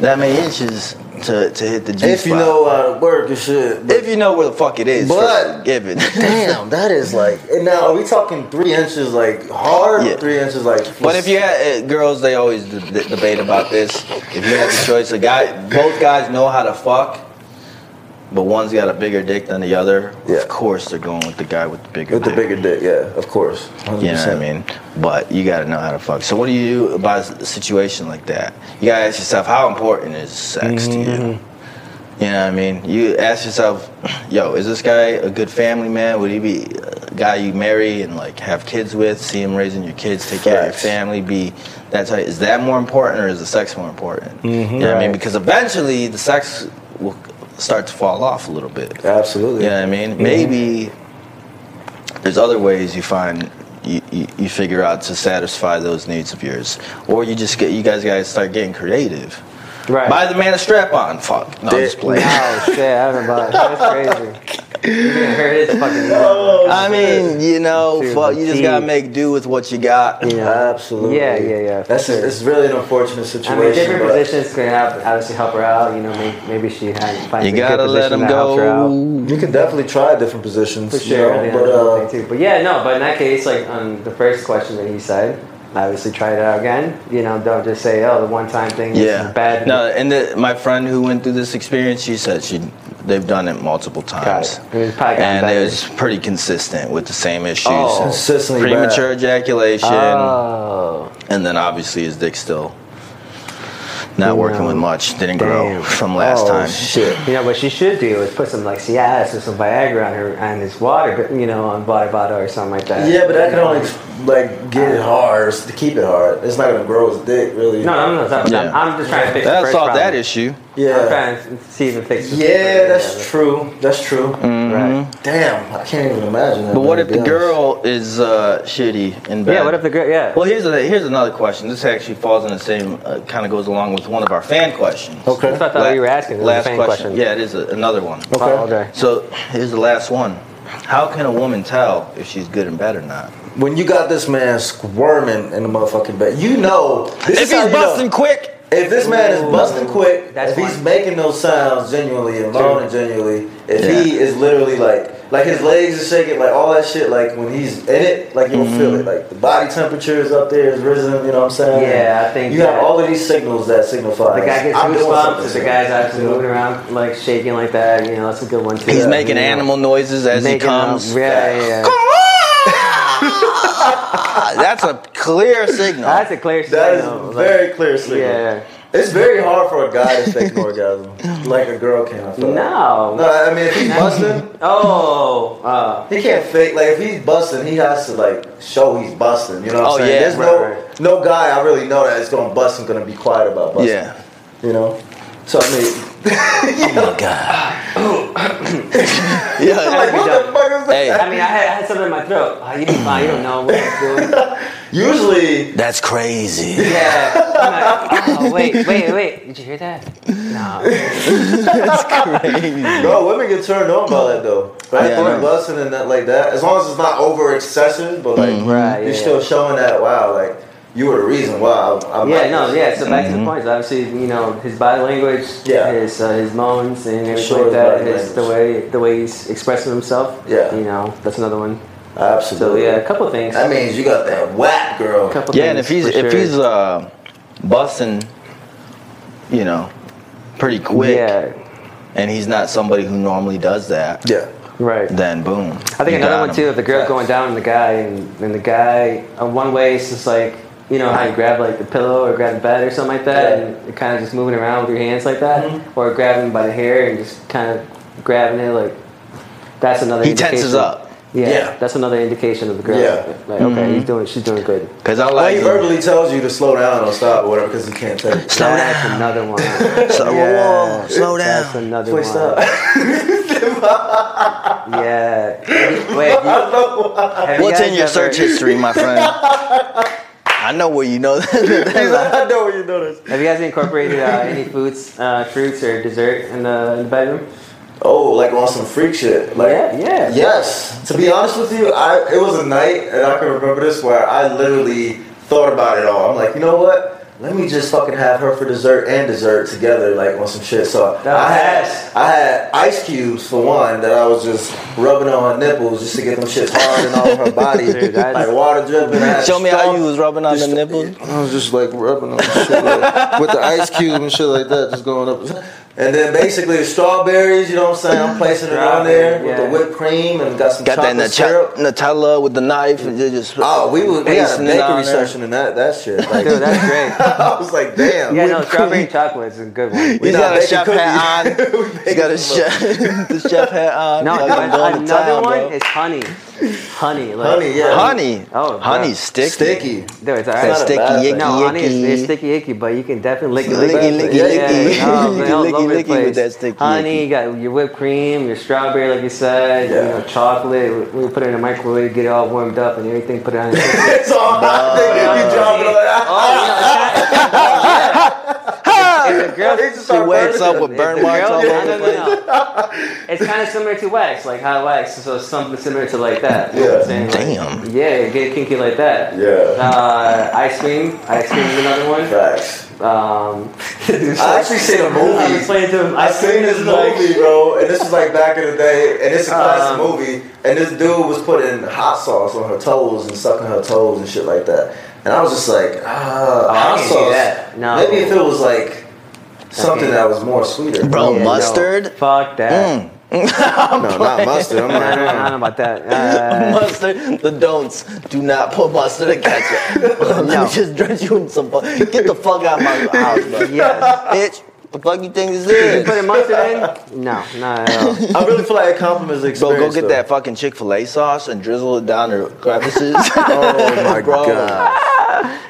Speaker 1: that many inches to, to hit the G spot.
Speaker 2: if you know how to work and shit.
Speaker 1: if you know where the fuck it is,
Speaker 2: But-
Speaker 1: given.
Speaker 2: Damn, that is like. And now, are we talking three inches like hard?
Speaker 1: Yeah.
Speaker 2: Or three inches like.
Speaker 1: But if you had uh, girls, they always d- d- debate about this. If you had the choice, a guy, both guys know how to fuck, but one's got a bigger dick than the other.
Speaker 2: Yeah.
Speaker 1: Of course, they're going with the guy with the bigger.
Speaker 2: With the
Speaker 1: dick.
Speaker 2: bigger dick, yeah, of course. 100%.
Speaker 1: You know what I mean? But you got to know how to fuck. So what do you do about a situation like that? You got to ask yourself, how important is sex to you?
Speaker 2: Mm-hmm.
Speaker 1: You know what I mean? You ask yourself, yo, is this guy a good family man? Would he be a guy you marry and like have kids with? See him raising your kids, take care of your
Speaker 2: Facts.
Speaker 1: family, be that type. Is that more important or is the sex more important? You know what I mean?
Speaker 2: Mm-hmm. Right.
Speaker 1: Because eventually the sex will start to fall off a little bit.
Speaker 2: Absolutely.
Speaker 1: You know what I mean? Maybe there's other ways you find you, you, you figure out to satisfy those needs of yours, or you just get you guys gotta start getting creative.
Speaker 3: right?
Speaker 1: Buy the man a strap on. Fuck. No, I'm just playing.
Speaker 3: oh shit, I don't know about That's crazy. You can hurt his fucking.
Speaker 2: Oh,
Speaker 1: I mean, you know,
Speaker 3: Dude,
Speaker 1: fuck.
Speaker 3: the
Speaker 1: You just
Speaker 3: tea.
Speaker 1: gotta make do with what you got.
Speaker 3: You know.
Speaker 2: Absolutely.
Speaker 3: Yeah, yeah, yeah, for
Speaker 2: That's
Speaker 3: sure.
Speaker 2: it's really an unfortunate
Speaker 3: I
Speaker 2: situation.
Speaker 3: mean, different
Speaker 2: but-
Speaker 3: positions could have, obviously help her out. You know, maybe, maybe she had, finds
Speaker 1: You
Speaker 3: a good
Speaker 1: gotta let
Speaker 3: position
Speaker 1: him
Speaker 3: that helps her out.
Speaker 1: go.
Speaker 2: You can definitely try different positions.
Speaker 3: For
Speaker 2: you
Speaker 3: sure,
Speaker 2: know,
Speaker 3: yeah,
Speaker 2: but
Speaker 3: that's
Speaker 2: uh,
Speaker 3: one thing too. But yeah, no. But in that case, like on the first question that he said, obviously try it out again. You know, don't just say, "Oh, the one-time thing
Speaker 1: Yeah.
Speaker 3: is bad."
Speaker 1: No, and the, my friend who went through this experience, she said she they've done it multiple times.
Speaker 3: it. And it's probably gotten
Speaker 1: and it
Speaker 3: better.
Speaker 1: was pretty consistent with the same issues.
Speaker 3: Oh.
Speaker 2: Consistently bad.
Speaker 1: premature ejaculation.
Speaker 3: Oh,
Speaker 1: And then obviously his dick still not working with much. Didn't grow
Speaker 3: Damn.
Speaker 1: from last
Speaker 2: oh,
Speaker 1: time.
Speaker 2: shit.
Speaker 3: you know what she should do is put some like Cialis or some Viagra on her on his water, you know, on water bottle or something like that.
Speaker 2: Yeah, but that can only like get it hard, to keep it hard. It's not gonna grow his dick really.
Speaker 3: No, no, no. it's not-
Speaker 1: Yeah.
Speaker 3: I'm just trying to fix. the
Speaker 1: That
Speaker 3: first
Speaker 1: solved that
Speaker 3: problem.
Speaker 1: issue.
Speaker 3: I'm
Speaker 2: Yeah.
Speaker 3: trying to see if it fixes.
Speaker 2: Yeah, that's true. That's true.
Speaker 1: Mm-hmm.
Speaker 3: Right.
Speaker 2: Damn, I can't even imagine that.
Speaker 1: Mm. But what
Speaker 2: man,
Speaker 1: if
Speaker 2: to
Speaker 1: the
Speaker 2: be honest.
Speaker 1: girl is uh, shitty and bad?
Speaker 3: Yeah. What if the girl? Yeah.
Speaker 1: Well, here's a, here's another question. This actually falls in the same, uh, kind of goes along with one of our fan questions.
Speaker 2: Okay.
Speaker 3: That's what I thought you were asking. It was a
Speaker 1: Last
Speaker 3: fan
Speaker 1: question.
Speaker 3: question.
Speaker 1: Yeah, it is a, another one.
Speaker 2: Okay.
Speaker 3: Oh, okay.
Speaker 1: So here's the last one. How can a woman tell if she's good and bad or not?
Speaker 2: When you got this man squirming in the motherfucking bed, you know this is
Speaker 1: if
Speaker 2: how
Speaker 1: he's
Speaker 2: you know.
Speaker 1: busting quick,
Speaker 2: If this man is
Speaker 3: Ooh.
Speaker 2: busting quick,
Speaker 3: That's
Speaker 2: if he's
Speaker 3: one.
Speaker 2: making those sounds genuinely and moaning genuinely, if he
Speaker 1: Yeah.
Speaker 2: is literally like, like his legs are shaking, like all that shit, like when he's in it, like you'll feel it. Like the body temperature is up there, is risen, you know what I'm saying?
Speaker 3: Yeah, I think
Speaker 2: You have
Speaker 3: that-
Speaker 2: all of these signals that signify.
Speaker 3: The guy gets
Speaker 2: I'm doing
Speaker 3: goosebumps
Speaker 2: something.
Speaker 3: if the guy's actually moving around, like shaking like that. You know, that's a good one too.
Speaker 1: he's
Speaker 2: Yeah, uh,
Speaker 1: making
Speaker 3: you know,
Speaker 1: animal noises as he
Speaker 3: making up-
Speaker 1: comes.
Speaker 3: Yeah, yeah, yeah.
Speaker 1: That's a clear signal.
Speaker 3: That's a clear
Speaker 2: That is
Speaker 3: signal. like,
Speaker 2: very clear signal.
Speaker 3: Yeah.
Speaker 2: It's very hard for a guy to fake an orgasm like a girl can. I feel like.
Speaker 3: No.
Speaker 2: No, I mean, if he's busting,
Speaker 3: Oh. Uh,
Speaker 2: He can't fake. Like if he's busting, he has to like show he's busting. You know what I'm
Speaker 1: Oh,
Speaker 2: saying?
Speaker 1: yeah.
Speaker 2: There's
Speaker 3: Right,
Speaker 2: no
Speaker 3: right.
Speaker 2: no guy I really know that is going to bust and going to be quiet about busting.
Speaker 1: yeah.
Speaker 2: You know. So I mean,
Speaker 1: Oh my god. yeah.
Speaker 2: like,
Speaker 3: we
Speaker 2: what the
Speaker 3: done.
Speaker 2: fuck is
Speaker 1: Hey.
Speaker 2: that?
Speaker 3: I mean, I had, I had something in my throat. Oh, you be fine. You don't know what you're doing.
Speaker 2: Usually,
Speaker 1: That's crazy.
Speaker 3: Yeah. I'm like, oh, wait, wait, wait. Did you hear that? No.
Speaker 1: crazy.
Speaker 2: bro, women get turned on by that though. Right?
Speaker 1: Yeah, I
Speaker 2: Going
Speaker 1: know.
Speaker 2: busting and that like that. As long as it's not over excessive, but like
Speaker 1: Mm-hmm.
Speaker 3: Right.
Speaker 2: you're
Speaker 3: yeah.
Speaker 2: still showing that wow, like you were the reason why. I, I
Speaker 3: Yeah,
Speaker 2: like
Speaker 3: no,
Speaker 2: this.
Speaker 3: yeah. So back to the points. Obviously, you know his body language,
Speaker 2: Yeah.
Speaker 3: his uh, his moans and everything
Speaker 2: Sure,
Speaker 3: like
Speaker 2: his
Speaker 3: that. His, the
Speaker 2: body
Speaker 3: way the way he's expressing himself.
Speaker 2: Yeah.
Speaker 3: you know that's another one. So
Speaker 2: Absolutely.
Speaker 3: yeah, a couple things.
Speaker 2: That means you got that whack, girl.
Speaker 3: couple
Speaker 1: Yeah, and if
Speaker 3: things
Speaker 1: he's
Speaker 3: for
Speaker 1: if
Speaker 3: sure.
Speaker 1: he's uh busting, you know, pretty quick
Speaker 3: yeah,
Speaker 1: and he's not somebody who normally does that,
Speaker 2: Yeah.
Speaker 3: right.
Speaker 1: then boom.
Speaker 3: I think another one too of the girl going down on the guy and, and the guy uh, one way it's just like you know how you grab like the pillow or grab the bed or something like that
Speaker 2: Yeah. Mm-hmm.
Speaker 3: and kind of just moving around with your hands like that or grabbing by the hair and just kind of grabbing it like that's another
Speaker 1: He
Speaker 3: indication.
Speaker 1: tenses up.
Speaker 3: yeah,
Speaker 2: Yeah.
Speaker 3: that's another indication of the girl
Speaker 2: Yeah.
Speaker 3: like okay he's
Speaker 1: Mm-hmm.
Speaker 3: doing she's doing good
Speaker 1: Because I
Speaker 2: Well, he
Speaker 1: like
Speaker 2: verbally tells you to slow down or stop or whatever because he can't take it.
Speaker 1: Slow
Speaker 3: that's
Speaker 1: down.
Speaker 3: another one
Speaker 1: Slow,
Speaker 3: Yeah.
Speaker 1: whoa, slow
Speaker 3: that's
Speaker 1: down.
Speaker 3: another
Speaker 2: Please
Speaker 3: one
Speaker 2: stop.
Speaker 3: yeah wait have you- have you
Speaker 1: What's in
Speaker 3: guys
Speaker 1: your
Speaker 3: ever-
Speaker 1: search history, my friend? I know where you know
Speaker 2: He's
Speaker 1: that.
Speaker 2: like, I know you know this.
Speaker 3: Have you guys incorporated uh, any foods, uh, fruits, or dessert in the, in the bedroom?
Speaker 2: Oh, like on some freak shit. Like,
Speaker 3: Yeah, yeah.
Speaker 2: Yes. To be honest with you, I it was a night, and I can remember this where I literally thought about it all. I'm like, you know what? Let me just fucking have her for dessert and dessert together, like on some shit. So
Speaker 3: That
Speaker 2: I
Speaker 3: was
Speaker 2: had
Speaker 3: nice.
Speaker 2: I had ice cubes for one that I was just rubbing on her nipples just to get them shits hard and all over her body,
Speaker 3: Dude, that
Speaker 2: like
Speaker 3: is-
Speaker 2: water dripping. I had
Speaker 1: Show me how
Speaker 2: straw-
Speaker 1: you was rubbing on the
Speaker 2: just-
Speaker 1: nipples.
Speaker 2: I was just like rubbing on shit like, with the ice cube and shit like that, just going up. And then basically the strawberries, you know what I'm saying? I'm placing it on there with the
Speaker 3: Yeah.
Speaker 2: whipped cream and got some
Speaker 1: Got that
Speaker 2: chocolate
Speaker 1: Nutella,
Speaker 2: syrup.
Speaker 1: Nutella with the knife and you just
Speaker 2: Oh, we was we had a
Speaker 1: Basting it on there.
Speaker 2: bakery session and that that shit. Like,
Speaker 3: Dude, that's great.
Speaker 2: I was like, damn.
Speaker 3: Yeah, no, strawberry chocolate is a good one.
Speaker 2: We
Speaker 1: He's got
Speaker 2: not
Speaker 1: a
Speaker 2: baking
Speaker 1: chef hat
Speaker 2: cookies. We
Speaker 1: on. He's got a
Speaker 2: baking some
Speaker 1: chef, the chef hat on.
Speaker 3: No,
Speaker 1: Fucking
Speaker 3: but
Speaker 1: going to
Speaker 3: another
Speaker 1: town,
Speaker 3: one
Speaker 1: bro.
Speaker 3: is honey. Honey, like,
Speaker 2: Honey, yeah.
Speaker 1: honey.
Speaker 3: Oh, bro.
Speaker 1: honey sticky.
Speaker 3: Dude,
Speaker 2: sticky.
Speaker 3: it's all
Speaker 1: That
Speaker 2: That's
Speaker 3: right.
Speaker 1: sticky,
Speaker 2: bad thing.
Speaker 1: icky,
Speaker 3: No, honey is,
Speaker 1: icky.
Speaker 3: is sticky icky, but you can definitely lick it.
Speaker 1: Licky, licky,
Speaker 3: lick it. yeah,
Speaker 2: licky.
Speaker 3: no,
Speaker 1: You
Speaker 3: man,
Speaker 1: can
Speaker 3: all
Speaker 1: licky,
Speaker 3: over the
Speaker 1: licky with
Speaker 3: place.
Speaker 1: that sticky
Speaker 3: Honey, you got your whipped cream, your strawberry, like you said,
Speaker 2: Yeah.
Speaker 3: you know, chocolate. We we put it in the microwave, get it all warmed up, and everything. Put it on. Your
Speaker 2: it's all hot. They you dropping on
Speaker 3: If the girl-
Speaker 2: They just
Speaker 1: She
Speaker 2: start
Speaker 1: wakes
Speaker 2: burning
Speaker 1: up with
Speaker 2: it.
Speaker 1: burn
Speaker 3: If the
Speaker 1: marks
Speaker 3: girl-
Speaker 1: all
Speaker 3: no,
Speaker 1: over.
Speaker 3: no, no, no. It's kind of similar to wax, like hot wax. So it's something similar to like that. You know what I'm saying? Like,
Speaker 1: Damn.
Speaker 3: yeah, get kinky like that.
Speaker 2: Yeah.
Speaker 3: Uh, ice cream. Ice cream is another one.
Speaker 2: Facts.
Speaker 3: Um,
Speaker 2: I actually seen a
Speaker 3: I
Speaker 2: movie.
Speaker 3: was playing to him.
Speaker 2: I seen this movie, bro, and this was like back in the day, and it's a
Speaker 3: Um,
Speaker 2: classic movie. And this dude was putting hot sauce on her toes and sucking her toes and shit like that. And I was just like, ah,
Speaker 3: Oh, I
Speaker 2: hot
Speaker 3: can't do
Speaker 2: sauce.
Speaker 3: that. No.
Speaker 2: Maybe if it was like something that was more sweeter.
Speaker 1: Bro,
Speaker 3: Yeah, no.
Speaker 1: mustard?
Speaker 3: fuck that.
Speaker 1: Mm.
Speaker 2: no, not mustard. I'm
Speaker 3: No, no, no, I don't know about that. Uh,
Speaker 1: Mustard, the don'ts. Do not put mustard and ketchup. Let
Speaker 3: No.
Speaker 1: me just drench you in some. fu- Get the fuck out of my house, bro.
Speaker 3: yes.
Speaker 1: Bitch, the fuck you think this
Speaker 3: You
Speaker 1: is?
Speaker 3: put a mustard in? No, not at all.
Speaker 2: I really feel like it compliments the
Speaker 1: Bro,
Speaker 2: experience.
Speaker 1: go get
Speaker 2: though.
Speaker 1: that fucking Chick Fil A sauce and drizzle it down your crevices.
Speaker 2: Oh my
Speaker 1: Bro.
Speaker 2: god!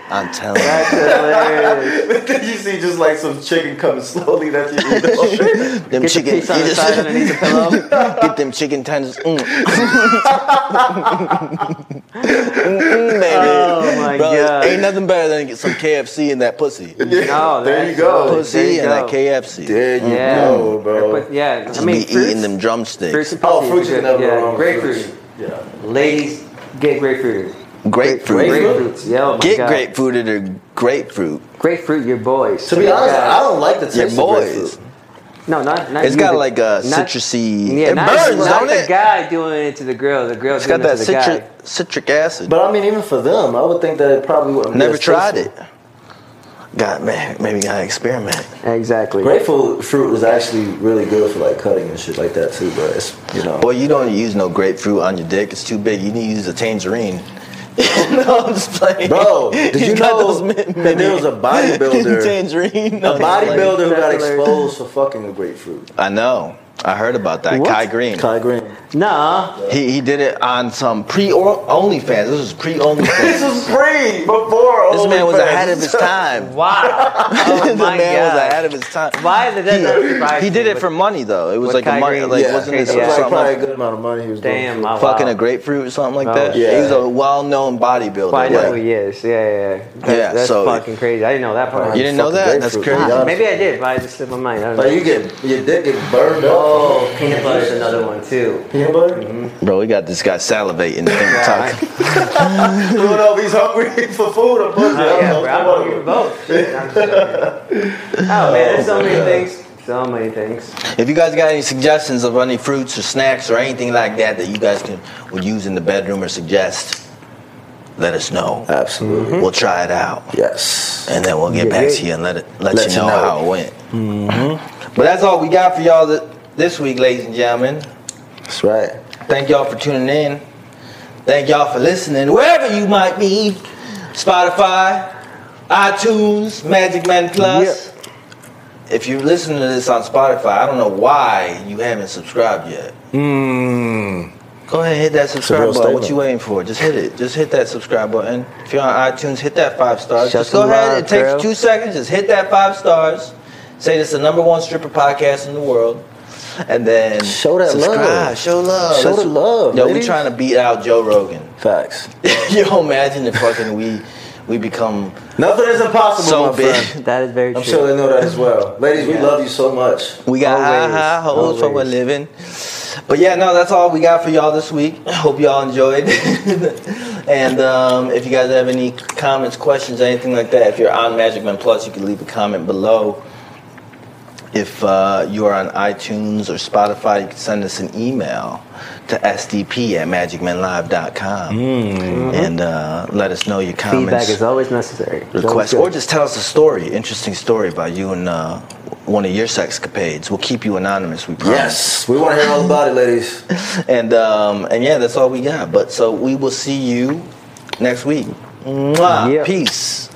Speaker 1: I'm telling you.
Speaker 3: That's hilarious.
Speaker 2: But then you see just like some chicken coming slowly that you eat.
Speaker 1: Them
Speaker 3: Get the
Speaker 1: chicken,
Speaker 3: piece on
Speaker 1: you
Speaker 3: the
Speaker 1: just-
Speaker 3: side underneath the pillow.
Speaker 1: get them chicken tenders. Mm. Mm, baby.
Speaker 3: Oh my
Speaker 1: Bro,
Speaker 3: god.
Speaker 1: ain't nothing better than get some KFC in that pussy.
Speaker 3: No,
Speaker 2: there
Speaker 3: that's-
Speaker 2: you go.
Speaker 3: Puss- there
Speaker 1: Pussy
Speaker 3: you
Speaker 1: and that
Speaker 3: go.
Speaker 1: KFC.
Speaker 2: There you
Speaker 3: Yeah.
Speaker 2: go, bro.
Speaker 3: But yeah, I
Speaker 1: Just
Speaker 3: mean,
Speaker 1: be
Speaker 3: fruits,
Speaker 1: eating them drumsticks.
Speaker 3: fruits and
Speaker 2: Oh,
Speaker 3: pulses,
Speaker 2: fruits
Speaker 3: good.
Speaker 2: is never
Speaker 3: yeah,
Speaker 2: wrong. with
Speaker 3: Grapefruit.
Speaker 2: fruits. Yeah.
Speaker 3: Ladies, get grapefruit.
Speaker 1: grapefruit.
Speaker 2: Grapefruit?
Speaker 3: Grapefruits. Yeah, oh my
Speaker 1: Get
Speaker 3: God.
Speaker 1: grapefruited or grapefruit.
Speaker 3: Grapefruit, your boys.
Speaker 2: To be
Speaker 3: Your
Speaker 2: honest,
Speaker 3: guys.
Speaker 2: I don't like the taste
Speaker 1: Your
Speaker 2: of
Speaker 1: boys.
Speaker 2: grapefruit.
Speaker 3: No, not not.
Speaker 1: It's
Speaker 3: you,
Speaker 1: got
Speaker 3: the-
Speaker 1: like a
Speaker 3: not-
Speaker 1: citrusy.
Speaker 3: Yeah,
Speaker 1: it
Speaker 3: not,
Speaker 1: burns,
Speaker 3: not
Speaker 1: don't
Speaker 3: the
Speaker 1: it?
Speaker 3: guy doing it to the girl. The girl
Speaker 1: It's
Speaker 3: doing
Speaker 1: got that
Speaker 3: it to the
Speaker 1: citric,
Speaker 3: guy.
Speaker 1: citric acid.
Speaker 2: But I mean, even for them, I would think that it probably wouldn't. be
Speaker 1: Never
Speaker 2: as
Speaker 1: tried it.
Speaker 2: tasty.
Speaker 1: God, man, maybe gotta experiment.
Speaker 3: Exactly.
Speaker 2: Grapefruit fruit is actually really good for like cutting and shit like that too, but it's you know.
Speaker 1: Boy, you don't use no grapefruit on your dick. It's too big. You need to use a tangerine. no, I'm just playing.
Speaker 2: Bro, did you
Speaker 1: got
Speaker 2: know
Speaker 1: mi-
Speaker 2: that
Speaker 1: mini-
Speaker 2: there was a bodybuilder-
Speaker 1: tangerine?
Speaker 2: A
Speaker 1: No, I'm just playing.
Speaker 2: bodybuilder who got
Speaker 3: That's hilarious.
Speaker 2: exposed for fucking a grapefruit.
Speaker 1: I know. I heard about that.
Speaker 3: What?
Speaker 1: Kai Green.
Speaker 2: Kai Green.
Speaker 3: Nah.
Speaker 1: He, he did it on some pre or OnlyFans. This was pre
Speaker 2: This
Speaker 1: OnlyFans.
Speaker 2: was free before.
Speaker 1: this man was
Speaker 2: OnlyFans.
Speaker 1: ahead of his time.
Speaker 3: Wow. Oh
Speaker 1: the
Speaker 3: my
Speaker 1: man was
Speaker 3: God.
Speaker 1: ahead of his time.
Speaker 3: Why did that not surprise
Speaker 1: He did
Speaker 3: me
Speaker 1: it
Speaker 3: with-
Speaker 1: for money though. It was
Speaker 3: with
Speaker 1: like
Speaker 3: Kai
Speaker 1: a money,
Speaker 3: Green?
Speaker 1: like
Speaker 2: yeah,
Speaker 1: wasn't this
Speaker 2: it was
Speaker 3: Yeah.
Speaker 2: like
Speaker 1: something
Speaker 2: probably a
Speaker 1: like
Speaker 2: good amount of money he was
Speaker 3: Damn. uh,
Speaker 2: doing.
Speaker 3: Wow.
Speaker 1: fucking a grapefruit or something like
Speaker 3: Oh,
Speaker 1: that?
Speaker 2: shit.
Speaker 1: He was a well-known bodybuilder.
Speaker 3: Well, I know
Speaker 1: like-
Speaker 3: who he is. Yeah, yeah. yeah. That's,
Speaker 1: Yeah,
Speaker 3: that's
Speaker 1: so-
Speaker 3: fucking crazy. I didn't know that part.
Speaker 1: You didn't know that? That's
Speaker 2: Fucking
Speaker 1: crazy.
Speaker 3: Ah,
Speaker 2: grapefruit.
Speaker 3: maybe I did, but I just slipped my mind. I don't
Speaker 2: Like
Speaker 3: know.
Speaker 2: you get your dick get burned up.
Speaker 3: Oh, peanut butter is another one too.
Speaker 2: Peanut butter?
Speaker 1: Bro, we got this guy salivating. and
Speaker 3: Yeah,
Speaker 1: talking.
Speaker 2: I don't know if he's hungry for food or pussy.
Speaker 3: Oh, yeah,
Speaker 2: I
Speaker 3: bro,
Speaker 2: don't know.
Speaker 3: I'm hungry for both. Shit, I'm just joking. oh man, there's so
Speaker 2: my
Speaker 3: many
Speaker 2: God.
Speaker 3: things. So many things.
Speaker 1: If you guys got any suggestions of any fruits or snacks or anything like that that you guys can would use in the bedroom or suggest, let us know.
Speaker 2: Absolutely.
Speaker 1: We'll try it out.
Speaker 2: Yes.
Speaker 1: and then we'll get
Speaker 3: Yeah,
Speaker 1: back
Speaker 3: yeah.
Speaker 1: to you and let it let, you, know how it went. Mm-hmm. But that's all we got for y'all th- this week, ladies and gentlemen.
Speaker 2: That's right.
Speaker 1: Thank y'all for tuning in. Thank y'all for listening, wherever you might be. Spotify, iTunes, Magic Man Plus. If you're listening to this on Spotify, I don't know why you haven't subscribed yet.
Speaker 2: Mmm.
Speaker 1: Go ahead and hit that subscribe
Speaker 2: real
Speaker 1: button. What
Speaker 2: statement.
Speaker 1: you waiting for? Just hit it. Just hit that subscribe button. If you're on iTunes, hit that five stars.
Speaker 3: Shut
Speaker 1: just go
Speaker 3: the
Speaker 1: ahead.
Speaker 3: line,
Speaker 1: it takes
Speaker 3: girl.
Speaker 1: two seconds. Just hit that five stars. Say this is the number one stripper podcast in the world. And then
Speaker 2: Show that
Speaker 1: subscribe.
Speaker 2: love.
Speaker 1: Show love.
Speaker 2: Show the love,
Speaker 1: Yo, we
Speaker 2: ladies.
Speaker 1: trying to beat out Joe Rogan.
Speaker 2: Facts.
Speaker 1: Yo, imagine if fucking we we become
Speaker 2: Nothing is impossible,
Speaker 1: so
Speaker 2: my
Speaker 1: big.
Speaker 2: friend.
Speaker 3: That is very
Speaker 2: I'm
Speaker 3: true.
Speaker 2: sure they know that as well. Ladies, we
Speaker 3: Yeah.
Speaker 2: love you so much.
Speaker 1: We got
Speaker 3: Always,
Speaker 1: high high hoes for a
Speaker 3: always.
Speaker 1: living. But yeah, no, that's all we got for y'all this week. Hope y'all enjoyed. and um, if you guys have any comments, questions, anything like that, if you're on Magic Man Plus, you can leave a comment below. If uh, you are on iTunes or Spotify, you can send us an email to sdp at magicmanlive.com and uh, let us know your comments
Speaker 3: Mm. Feedback is always necessary. It's always
Speaker 1: request,
Speaker 3: good.
Speaker 1: or just tell us a story, interesting story about you and uh, one of your sexcapades. We'll keep you anonymous, we promise.
Speaker 2: Yes. We want to hear all about it, ladies.
Speaker 1: And um, and yeah, that's all we got. But so we will see you next week. Mwah.
Speaker 3: Yeah.
Speaker 1: Peace.